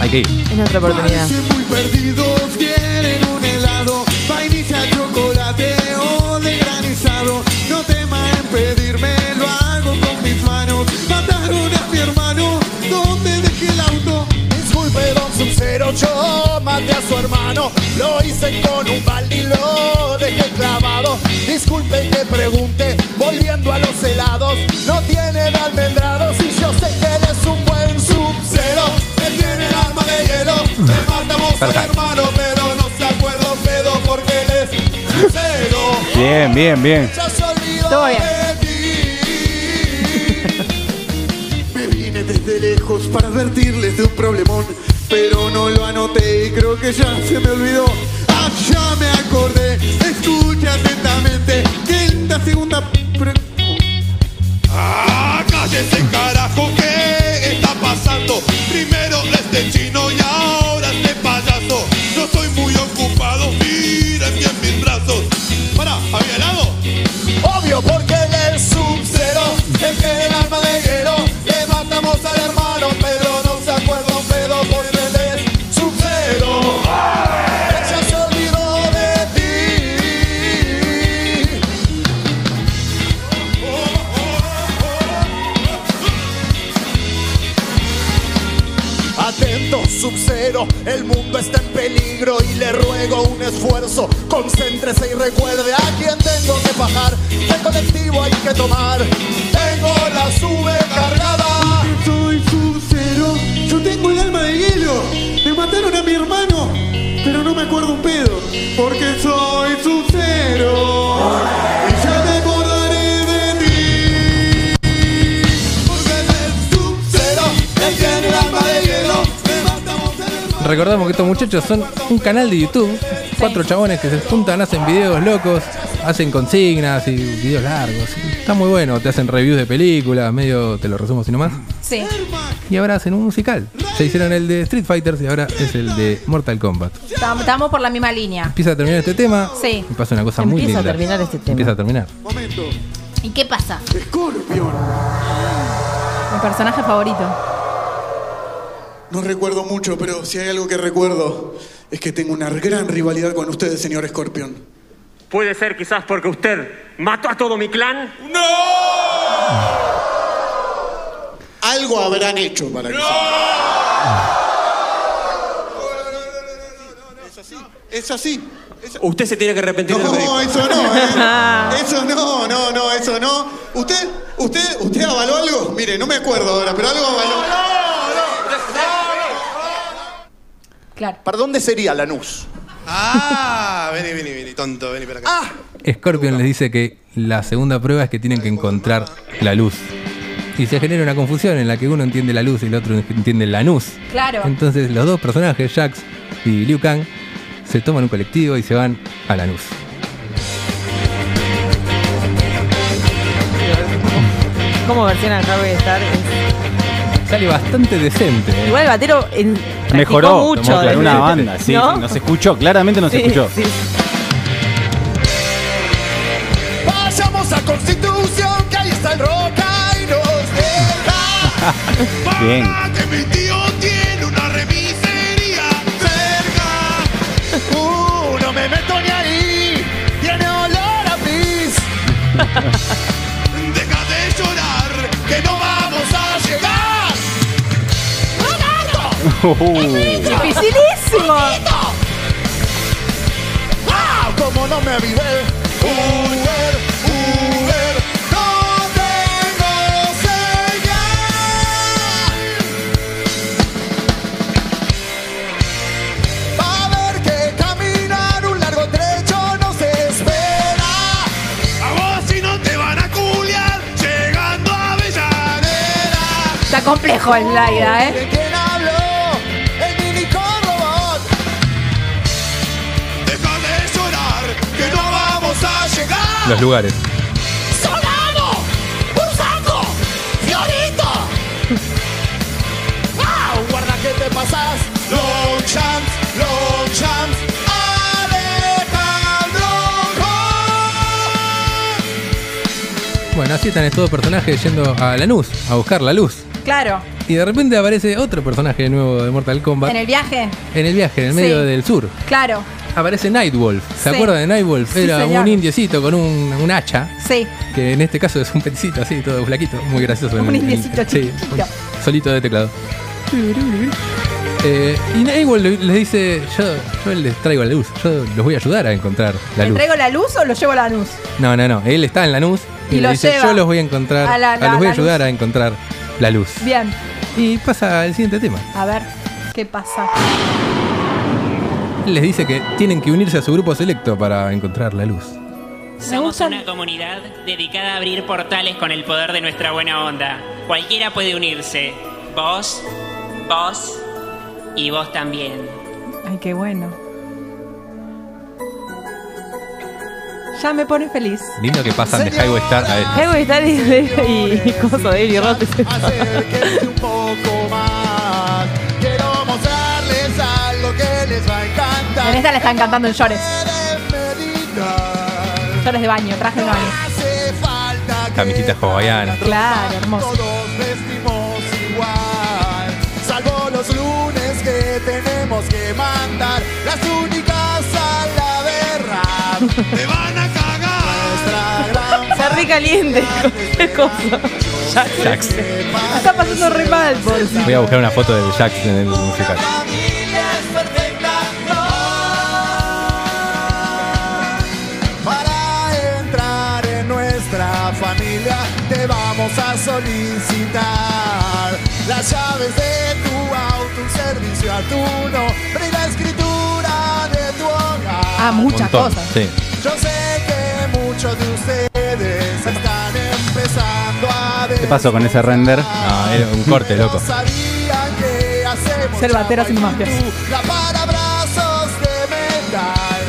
hay que ir.
Es nuestra oportunidad.
Parecen muy perdidos, quieren un helado, vainilla, chocolate o de granizado. No teman en pedirme, lo hago con mis manos. Mataron a mi hermano, ¿dónde dejé el auto? Disculpe, don Sub-Zero, yo maté a su hermano. Lo hice con un balde y lo dejé clavado. Disculpe que pregunte, volviendo a los helados. No tienen almendrados y yo sé que él es un buen Sub-Zero. Él tiene el alma de hielo, le matamos al hermano, pero no se acuerda un pedo porque él es Sub-Zero.
Bien, bien, bien.
Ya se olvidó
Todo bien.
de ti. lejos para advertirles de un problemón, pero no lo anoté y creo que ya se me olvidó. Ah, ya me acordé, escucha atentamente que en la segunda pre-
¡Ah, cállese carajo! ¿Qué está pasando? Primero este chino y ahora este payaso. Yo soy muy ocupado, miren bien mis brazos. ¡Para! ¿Había helado?
Obvio porque él es sub-cero Es que el alma de guero Le matamos al hermano Pedro No se acuerda un pedo porque él es sub-cero Ella se olvidó de ti Atento, sub-cero, el mundo está en peligro y le ruego un esfuerzo. Concéntrese y recuerde a quién tengo que bajar. ¿Qué colectivo hay que tomar? Tengo la sube cargada. Soy sub-cero, yo tengo el alma de hielo. Me mataron a mi hermano, pero no me acuerdo un pedo. Porque soy sub-cero. Y ya me acordaré de ti. Porque el sub-cero, él tiene el alma de hielo. Me matamos en el mar.
Recordamos que estos muchachos son un canal de YouTube. Cuatro chabones que se juntan, hacen videos locos, hacen consignas y videos largos. Está muy bueno, te hacen reviews de películas, medio te lo resumo así nomás.
Sí.
Y ahora hacen un musical. Se hicieron el de Street Fighters y ahora es el de Mortal Kombat.
Tam- Estamos por la misma línea.
Empieza a terminar este tema
Sí.
y pasa una cosa muy
Empieza
linda.
a terminar este tema.
Empieza a terminar.
Momento,
¿Y qué pasa?
Scorpion.
Mi personaje favorito.
No recuerdo mucho, pero si hay algo que recuerdo es que tengo una gran rivalidad con ustedes, señor Scorpion.
Puede ser quizás porque usted mató a todo mi clan.
Algo habrán hecho para que sea. Es así. Es así.
Usted se tiene que arrepentir de lo que dijo.
No, eso no, ¿eh? Eso no, no, no, eso no. ¿Usted, usted, usted avaló algo? Mire, no me acuerdo ahora, pero algo avaló.
Claro.
¿Para dónde sería Lanús?
¡Ah! Vení, vení, vení, tonto, vení para acá.
Ah,
Scorpion les dice que la segunda prueba es que tienen que encontrar la luz. Y se genera una confusión en la que uno entiende la luz y el otro entiende la luz.
Claro.
Entonces los dos personajes, Jax y Liu Kang, se toman un colectivo y se van a la luz.
Como versión al Harry Star. es-
Sale bastante decente. ¿eh?
Igual Batero en, practicó
Mejoró
mucho.
en una
¿eh?
banda, sí,
¿No?
sí, nos escuchó, claramente nos
Sí,
escuchó.
sí, sí.
Vayamos a Constitución, que ahí está el roca y nos deja.
Bien.
Para que mi tío tiene una remisería cerca.
Uh, no me meto ni ahí, tiene olor a pis.
Deja de llorar, que no vamos a llegar. ¡Roberto!
¡Dificilísimo!
¡Ah! Como no me avivé.
Uber, Uber, no tengo señal.
Va a haber que caminar un largo trecho, nos espera.
A vos si no te van a culiar, llegando a Avellaneda.
Está complejo el Laida, ¿eh?
¿De quién habló? El minicón robot.
Deja de llorar, que no vamos a llegar.
Los lugares.
¡Solano! ¡Bursaco! ¡Fiorito!
¡Ah! Guarda que te pasás.
¡Longchamps! ¡Longchamps! ¡Alejandro Gol!
Bueno, así están estos dos personajes yendo a la luz, a buscar la luz.
Claro.
Y de repente aparece otro personaje nuevo de Mortal Kombat
En el viaje.
en el viaje, en el medio
Sí.
del sur.
Claro.
Aparece Nightwolf. ¿Se
Sí.
acuerdan de Nightwolf?
Sí,
Era
señor.
un indiecito con un, un hacha.
Sí.
Que en este caso es un peticito así, todo flaquito, muy gracioso. En-
Un
en-
indiecito
sí,
chiquitito.
un solito de teclado. Eh, y Nightwolf le- les dice, yo, yo les traigo la luz, yo los voy a ayudar a encontrar la
¿Le
luz.
traigo la luz o lo llevo a la luz?
No, no, no, él está en la luz y,
Y
le
lo
dice,
lleva
yo los voy a encontrar,
a la-
ah,
la-
los voy a
la
ayudar
luz.
a encontrar la luz.
Bien.
Y pasa al siguiente tema.
A ver, ¿qué pasa?
Él les dice que tienen que unirse a su grupo selecto para encontrar la luz.
Me gustan.
comunidad dedicada a abrir portales con el poder de nuestra buena onda. Cualquiera puede unirse.
vos, vos y vos también.
Ay, qué bueno. Ya me pone feliz.
Lindo que pasan de Highway Star a este. esto.
Highway Star y, y, y cosa de Eli Roth.
un poco más. Quiero mostrarles algo que les va a encantar.
En esta le están cantando en llores. Llores de baño, traje de baño.
Hace falta que
Camisita hawaiana.
Claro, hermoso.
Todos vestimos igual, salvo los lunes que tenemos que mandar las únicas a la berra. Me van a cagar. Nuestra
Está re caliente. Cualquier cosa.
Jax.
Está pasando re mal, Fonsi.
Voy a buscar una foto del Jax en el musical.
familia es perfecta. No. Para entrar en nuestra familia te vamos a solicitar las llaves de tu auto, un servicio a tu nombre y la escritura de tu hogar.
Ah, muchas
Montón,
cosas.
Sí.
Yo sé que muchos de ustedes están empezando a
¿Qué pasó con ese render?
No, era un corte, loco.
sabían que hacemos
Ser batero sin mafias.
la para brazos de metal.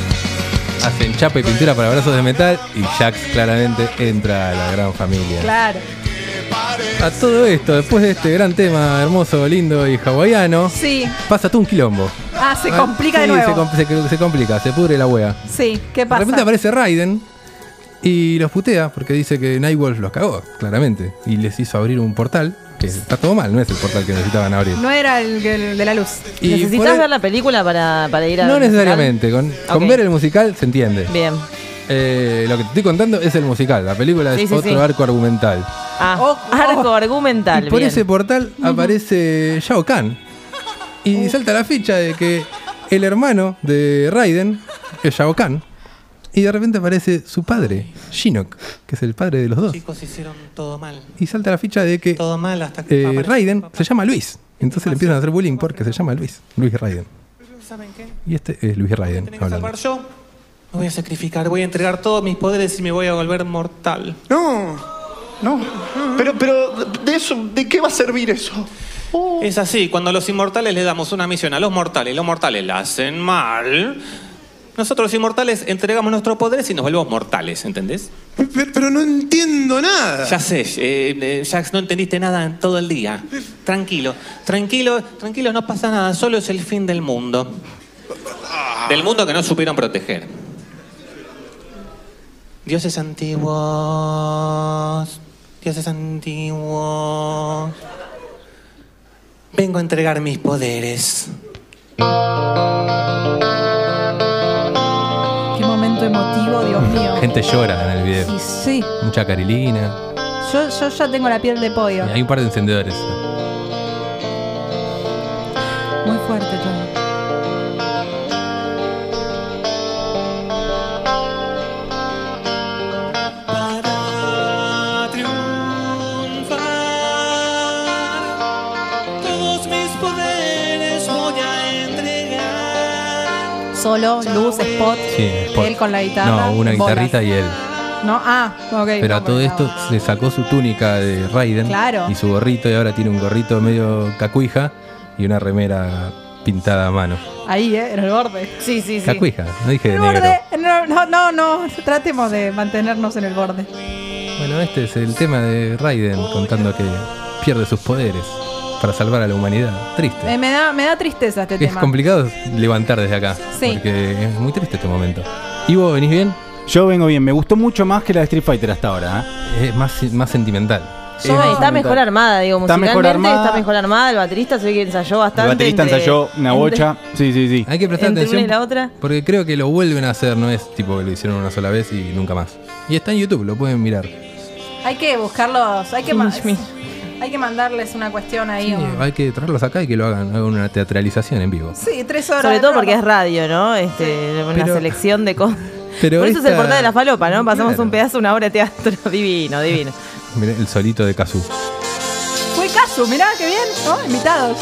Hacen chapa y pintura para brazos de metal y Jax claramente entra a la gran familia.
Claro.
A todo esto, después de este gran tema hermoso, lindo y hawaiano,
Sí.
pasa tú un quilombo.
Ah, se
Ah,
complica de
sí,
nuevo.
Se, com- se- se complica, se pudre la wea.
sí, ¿qué
De
pasa?
repente aparece Raiden y los putea porque dice que Nightwolf los cagó, claramente. Y les hizo abrir un portal, que está todo mal, no es el portal que necesitaban abrir.
No era el, el de la luz.
Y por
¿Necesitas
ahí-
ver la película para, para ir a
No
ver el
necesariamente, con, con
Ok.
ver el musical se entiende.
musical? Bien.
Eh, lo que te estoy contando es el musical, la película
Sí,
es
sí,
otro
sí.
arco argumental.
Ah,
Ojo.
arco argumental.
y por
bien.
ese portal aparece Shao Kahn. Y salta la ficha de que el hermano de Raiden es Shao Kahn. Y de repente aparece su padre, Shinnok, que es el padre de los dos.
chicos hicieron todo mal.
Y salta la ficha de que
Todo mal hasta que.
eh,
apareció
Raiden
papá.
se llama Luis. Entonces le empiezan a hacer bullying porque se llama Luis. Luis Raiden.
¿Saben qué?
Y este es Luis Raiden.
Tenés que
hablando.
salvar yo. Me voy a sacrificar, voy a entregar todos mis poderes y me voy a volver mortal.
No, no. Pero, pero, de eso, ¿de qué va a servir eso?
Es así, cuando los inmortales le damos una misión a los mortales, los mortales la hacen mal. Nosotros los inmortales entregamos nuestros poderes y nos volvemos mortales, ¿entendés?
Pero, pero no entiendo nada.
Ya sé, eh, eh, Jax, no entendiste nada en todo el día. Tranquilo, tranquilo, tranquilo, no pasa nada, solo es el fin del mundo. Del mundo que no supieron proteger. Dioses antiguos, dioses antiguos. Vengo a entregar mis poderes.
Qué momento emotivo, Dios mío.
Gente llora en el video.
Y sí,
Mucha carilina.
yo, yo ya tengo la piel de
Y
pollo.
Hay un par de encendedores. ¿eh?
Muy fuerte todo.
Para triunfar, todos mis poderes voy a entregar.
Solo, luz, spot.
Sí, spot.
Él con la guitarra.
No, una
bolas.
guitarrita y él.
No, ah, ok.
Pero a
no,
todo
porque
esto
estaba-
se sacó su túnica de Raiden
Claro.
y su gorrito y ahora tiene un gorrito medio cacuija y una remera pintada a mano.
Ahí, ¿eh? En el borde.
Sí, sí, sí.
Cacuija, no dije
En
de
el
negro.
borde. No, no, no, no. Tratemos de mantenernos en el borde.
Bueno, este es el tema de Raiden contando que pierde sus poderes para salvar a la humanidad. Triste.
Eh, me, da, me da tristeza este
es
tema.
complicado levantar desde acá
Sí.
porque es muy triste este momento. ¿Y vos venís bien?
Yo vengo bien, me gustó mucho más que la de Street Fighter hasta ahora. ¿eh?
Es más, más sentimental.
Es más
está mejor
sentimental.
armada, digo,
Está
musicalmente
mejor
está mejor armada.
armada.
el baterista se ve que ensayó
El
bastante.
baterista
entre-
ensayó una
entre-
bocha. Sí, sí, sí.
Hay que prestar
Entre una y
atención
la otra.
porque creo que lo vuelven a hacer, no es tipo que lo hicieron una sola vez y nunca más. Y está en YouTube, lo pueden mirar.
Hay que buscarlos. Hay que, ma-
Finish
hay que mandarles una cuestión ahí.
Sí,
un-
hay que traerlos acá y que lo hagan, hagan una teatralización en vivo.
Sí, tres horas.
Sobre
de
todo porque es
programa.
radio, ¿no? Este, una
Pero-
selección de cosas.
Pero
Por eso es el
esta-
portal de la falopa, ¿no? Pasamos
Claro.
un pedazo, una obra de teatro. Divino, divino.
Mirá, el solito de Kazu.
Fue caso, mirá, qué bien. ¿no? Invitados.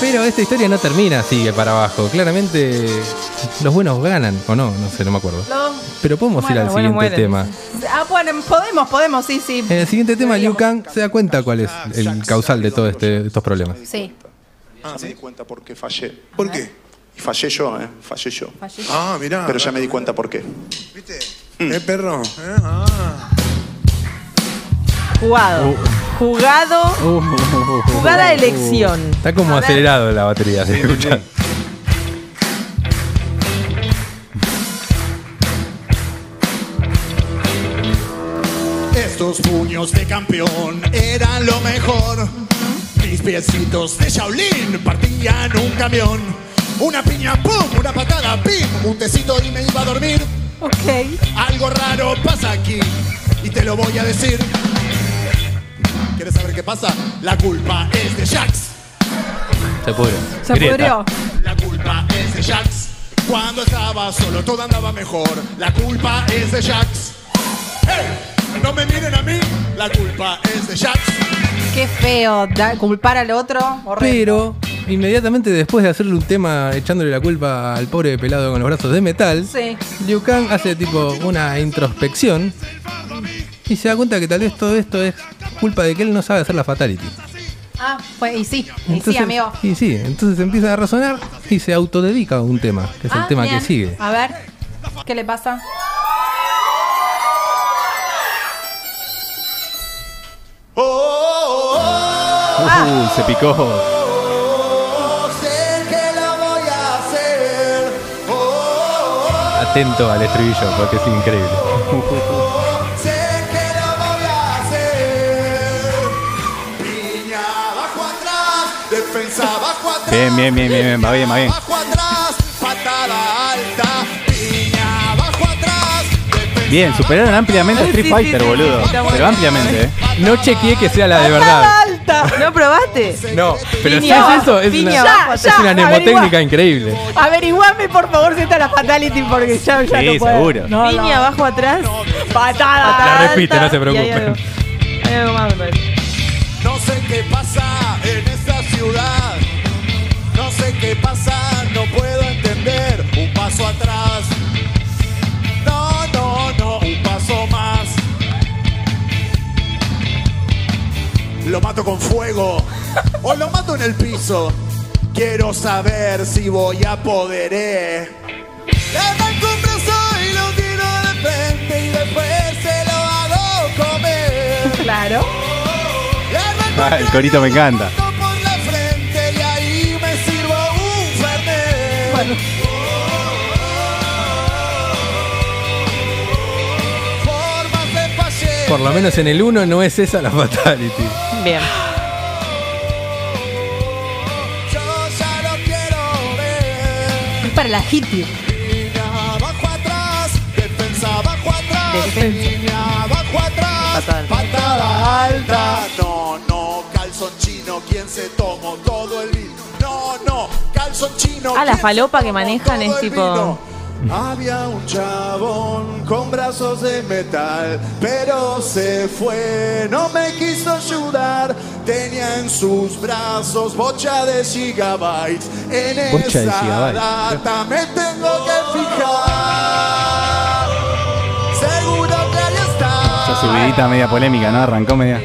Pero esta historia no termina así para abajo. Claramente los buenos ganan, o no, no sé, no me acuerdo.
Los
Pero podemos ir al siguiente tema.
Ah, bueno, podemos, podemos, sí, sí.
En el siguiente tema, Liu Kang se da cuenta cuál es el causal de todos estos problemas.
Sí.
Ah, me di cuenta por qué fallé. ¿Por qué? Y fallé yo, ¿eh? Fallé yo. Ah, mirá. Mm. Pero ya me di cuenta por qué.
¿Eh, perro?
Jugado.
Uh.
Jugado. Jugada elección.
Está como
A ver.
acelerado la batería, se escucha.
Estos puños de campeón eran lo mejor. Mis piecitos de Shaolin partían un camión. Una piña, pum, una patada, pim, un tecito y me iba a dormir.
Ok.
Algo raro pasa aquí y te lo voy a decir. ¿Quieres saber qué pasa? La culpa es de Jax.
Se pudrió.
Se
Grieta.
pudrió. La culpa es de Jax. Cuando estaba solo todo andaba mejor. La culpa es de Jax. ¡Hey! No me miren a mí. La culpa es de Jax.
Qué feo da- culpar al otro.
Pero inmediatamente después de hacerle un tema echándole la culpa al pobre pelado con los brazos de metal,
Sí.
Liu Kang hace tipo una introspección y se da cuenta que tal vez todo esto es culpa de que él no sabe hacer la fatality.
Ah, pues, y sí, y sí,
Entonces-
amigo.
Y sí, entonces empieza a razonar y se autodedica a un tema, que es
Ah,
el tema
bien.
que sigue.
A ver, ¿qué le pasa?
Uh, se picó.
Sé que la voy a hacer.
Atento al estribillo porque es increíble.
Sé que la voy a hacer. Piña abajo atrás. Defensa abajo atrás.
Bien, bien, bien, bien, bien, va bien, va bien.
Abajo atrás. Patada alta. Piña abajo atrás.
Bien, superaron ampliamente a Street Fighter, boludo. Pero ampliamente, eh.
No chequeé que sea la de
Patada
verdad.
alta. ¿No probaste?
No, pero si
Piña
es
abajo,
eso, es una,
piña abajo,
es
ya,
una
averigua.
mnemotécnica increíble.
Averiguame por favor si está la fatality porque ya, ya
Sí,
no puedo.
seguro.
No,
Piña
no.
abajo atrás.
Patada.
La repite, no se
Y ahí
preocupen.
algo- hay algo más, me parece.
No sé qué pasa en esta ciudad. No sé qué pasa, no puedo entender. Un paso atrás. No, no, no, un paso más. Lo mato con fuego o lo mato en el piso. Quiero saber si voy a poder. eh. Levanto un brazo y lo tiro de frente y después se lo hago comer.
Claro.
Ah, el corito me encanta.
frente y ahí me sirvo un fernet. Formas de falle.
Por lo menos en el 1 no es esa la fatality.
Bien.
Yo ya lo quiero ver.
Es para la hippie.
Línea abajo atrás, defensa abajo atrás, línea abajo atrás, patada alta. No, no, calzón chino, quien se tomó todo el vino. No, no, calzón chino.
Ah, la
¿quién se
falopa que
tomó
manejan
todo
es
el
tipo.
vino? Había un chabón con brazos de metal, pero se fue, no me quiso ayudar. Tenía en sus brazos bocha de gigabytes. En
Bocha de
esa
gigabytes.
data me tengo que fijar. Seguro que ahí está.
Esa subidita media polémica, ¿no? Arrancó media.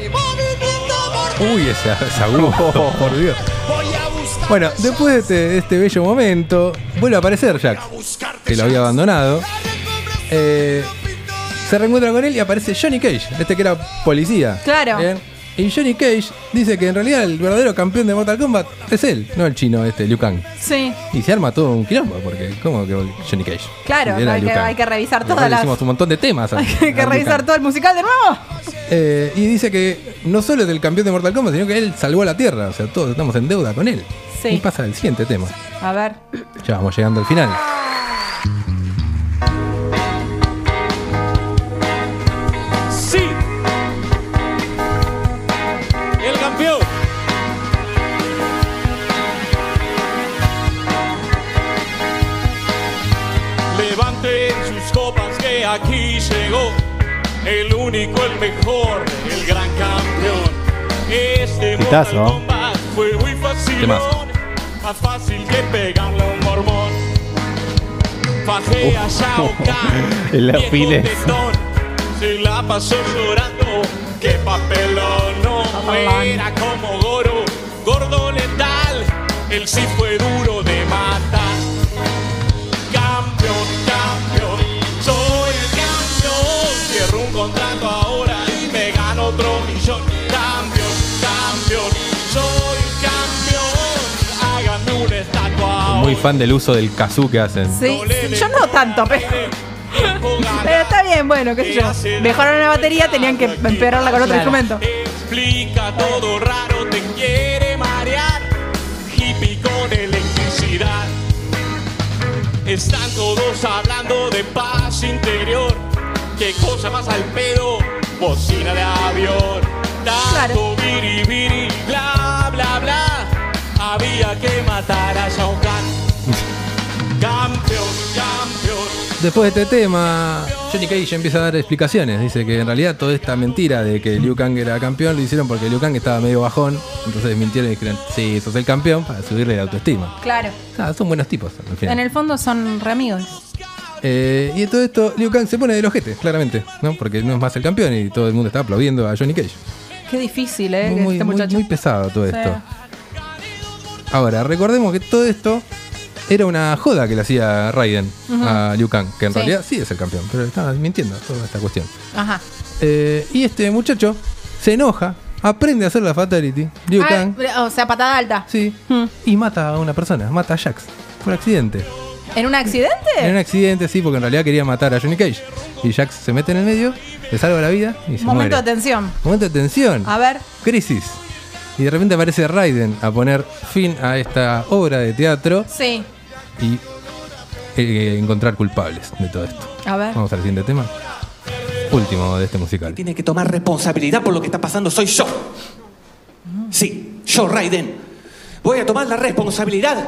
Uy, ese ese agudo, por Dios. Bueno, después de este, de este bello momento, vuelve a aparecer Jack, que lo había abandonado. Eh, se reencuentra con él y aparece Johnny Cage, este que era policía.
Claro.
Bien. Y Johnny Cage dice que en realidad el verdadero campeón de Mortal Kombat es él, no el chino este, Liu Kang.
Sí,
Y se arma todo un quilombo, porque ¿cómo que Johnny Cage?
claro.
Y era
Hay
Liu
que,
Kang.
hay que revisar
Nosotros le
todas las.
hicimos un montón de temas. a-
Hay
a
que
Liu
revisar
Kang.
todo el musical de nuevo.
Eh, y dice que no solo es el campeón de Mortal Kombat, sino que él salvó a la Tierra. O sea, todos estamos en deuda con él.
Sí.
Y pasa el siguiente tema.
A ver.
Ya vamos llegando al final.
Sí. El campeón. Levanten sus copas que aquí llegó el único, el mejor, el gran campeón. Este
Hitazo.
Mortal Kombat fue muy fácil,
Temazo.
más fácil que pegarle a un mormón. fajea a Shao Kahn.
En la file.
tetón, se la pasó llorando. Qué papelón, no era como Goro, gordo letal. Él sí fue duro de matar. Campeón, campeón, soy el campeón. Cierro un contrato ahora y me gano otro millón. Campeón, campeón, soy el campeón. Háganme una estatua ahora.
Muy fan del uso del kazoo que hacen.
Sí, yo no tanto, pero. Pero está bien, bueno, qué sé yo. Mejoraron la batería, tenían que empeorarla con otro
Claro.
instrumento.
Explica todo raro, te quiere marear. Hippie con electricidad. Están todos hablando de paz interior. Qué cosa más al pedo, bocina de avión. Tanto biri biri, bla bla bla. Había que matar a Shao Kahn. Campeón, campeón.
Después de este tema, Johnny Cage empieza a dar explicaciones. Dice que en realidad toda esta mentira de que Liu Kang era campeón lo hicieron porque Liu Kang estaba medio bajón. Entonces mintieron y dijeron, sí, sos el campeón para subirle la autoestima.
Claro.
Ah, son buenos tipos, al final.
En el fondo son re amigos.
Eh, y en todo esto, Liu Kang se pone del ojete, claramente, ¿no? Porque no es más el campeón y todo el mundo está aplaudiendo a Johnny Cage.
Qué difícil, ¿eh?
Muy,
que este
muy-
muchacho.
muy pesado todo
Sí.
esto. Ahora, recordemos que todo esto era una joda que le hacía Raiden
Ujú.
a Liu Kang, que en
Sí.
realidad sí es el campeón, pero le estaba mintiendo toda esta cuestión.
Ajá.
Eh, y este muchacho se enoja, aprende a hacer la fatality, Liu
Ah, hmm.
Kang,
o sea, patada alta.
Sí. y mata a una persona, mata a Jax, por accidente.
¿En un accidente?
En un accidente, sí, porque en realidad quería matar a Johnny Cage. Y Jax se mete en el medio, le salva la vida y se muere.
Momento de tensión.
Momento de tensión.
A ver.
Crisis. Y de repente aparece Raiden a poner fin a esta obra de teatro
Sí.
y eh, encontrar culpables de todo esto.
A ver.
Vamos al siguiente tema. Último de este musical.
Tiene que tomar responsabilidad por lo que está pasando. Soy yo. Sí, yo, Raiden. Voy a tomar la responsabilidad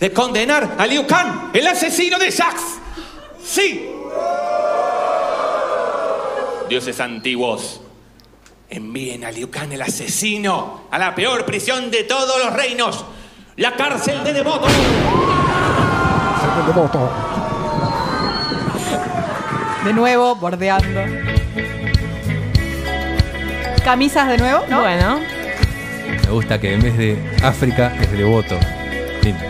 de condenar a Liu Kang, el asesino de Jax. Sí. Dioses antiguos, envíen a Liu Kang, el asesino, a la peor prisión de todos los reinos, la cárcel de Devoto.
De nuevo, bordeando. Camisas de nuevo, ¿no? Bueno.
Me gusta que en vez de África es Devoto. Lindo.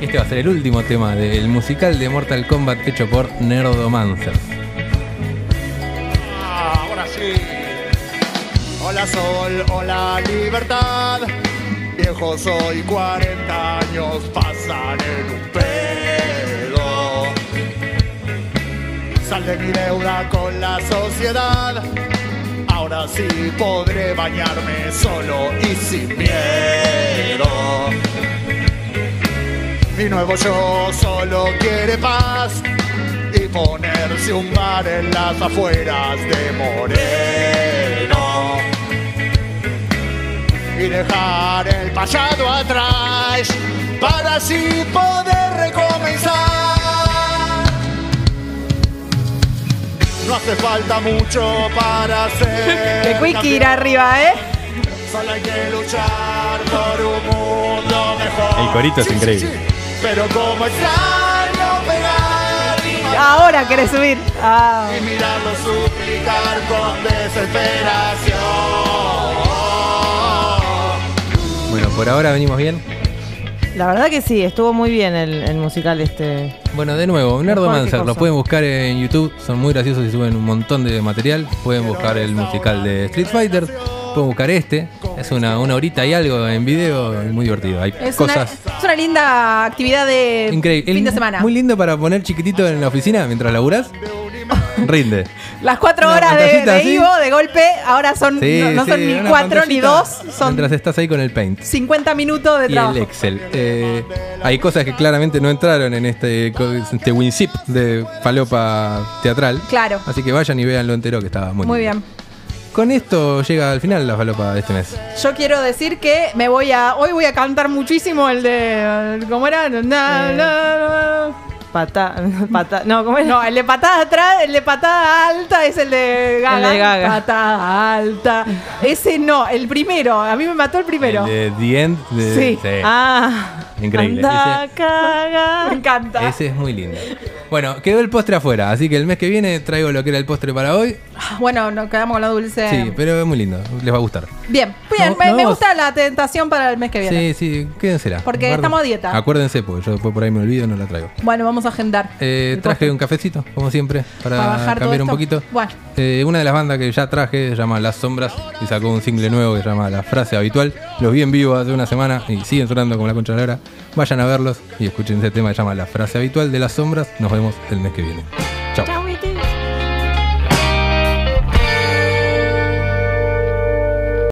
Este va a ser el último tema del musical de Mortal Kombat hecho por Nerdomancer.
Ah, Ahora sí. Hola sol, hola libertad. Viejo soy, 40 años pasan en un pedo. Sal de mi deuda con la sociedad. Ahora sí podré bañarme solo y sin miedo. Mi nuevo yo solo quiere paz y ponerse un bar en las afueras de Moreno y dejar el pasado atrás para así poder recomenzar. No hace falta mucho para ser.
De Quickie ir
campeón.
arriba, ¿eh?
Solo hay que luchar por un mundo mejor.
El corito es increíble.
Pero como extraño pegar y matar.
Ahora querés subir. Ah.
y mirarlo suplicar con desesperación.
Bueno, por ahora venimos bien.
La verdad que sí, estuvo muy bien el, el musical este.
Bueno, de nuevo,
Mejor
Nerdomancer,
que
los
cosa.
pueden buscar en YouTube, son muy graciosos y suben un montón de material. Pueden buscar el musical de Street Fighter, pueden buscar este, es una, una horita y algo en video, es muy divertido. Hay
Es, una,
cosas
es una linda actividad de
eh,
increíbles.
fin de semana.
Muy lindo para poner chiquitito en la oficina mientras laburas. Rinde.
Las cuatro
Una
horas de,
pantallita
de
así.
Ivo de golpe, ahora son,
Sí,
no, no
sí,
son ni
una
cuatro ni dos,
pantallita
son
Mientras estás ahí con el Paint.
50 minutos de
Y el
trabajo.
Excel. Eh, hay cosas que claramente no entraron en este, co- este WinZip de falopa teatral.
Claro.
Así que vayan y vean lo entero que estaba muy,
Muy
lindo.
bien.
Con esto llega al final la falopa de este mes.
Yo quiero decir que me
Eh.
voy a. Hoy voy a cantar muchísimo el de. ¿Cómo era? Na, na, na.
Patá, patá. No, ¿cómo es?
No, el de patada atrás, el de patada alta es el de Gaga.
El de Gaga.
Patada alta. Ese no, el primero. A mí me mató el primero.
De The End. de-
sí. Ah.
Increíble.
Anda,
Ese-
caga. Me encanta.
Ese es muy lindo. Bueno, quedó el postre afuera, así que el mes que viene traigo lo que era el postre para hoy.
Bueno, nos quedamos con la dulce.
Sí, pero es muy lindo, les va a gustar.
Bien, bien.
No,
me,
no,
me
vos-
gusta la tentación para el mes que viene.
Sí, sí, quédensela.
Porque estamos a dieta.
Acuérdense, porque yo después por ahí me olvido y no la traigo.
Bueno, vamos a agendar.
Eh, traje un cafecito, como siempre,
Para
para,
bajar todo
cambiar un
esto.
poquito.
Bueno.
Eh, una de las bandas que ya traje se llama Las Sombras y sacó un single nuevo que se llama La Frase Habitual. Los vi en vivo hace una semana y siguen sonando como la concha de la hora. Vayan a verlos y escuchen ese tema que se llama La Frase Habitual de Las Sombras. Nos vemos el mes que viene.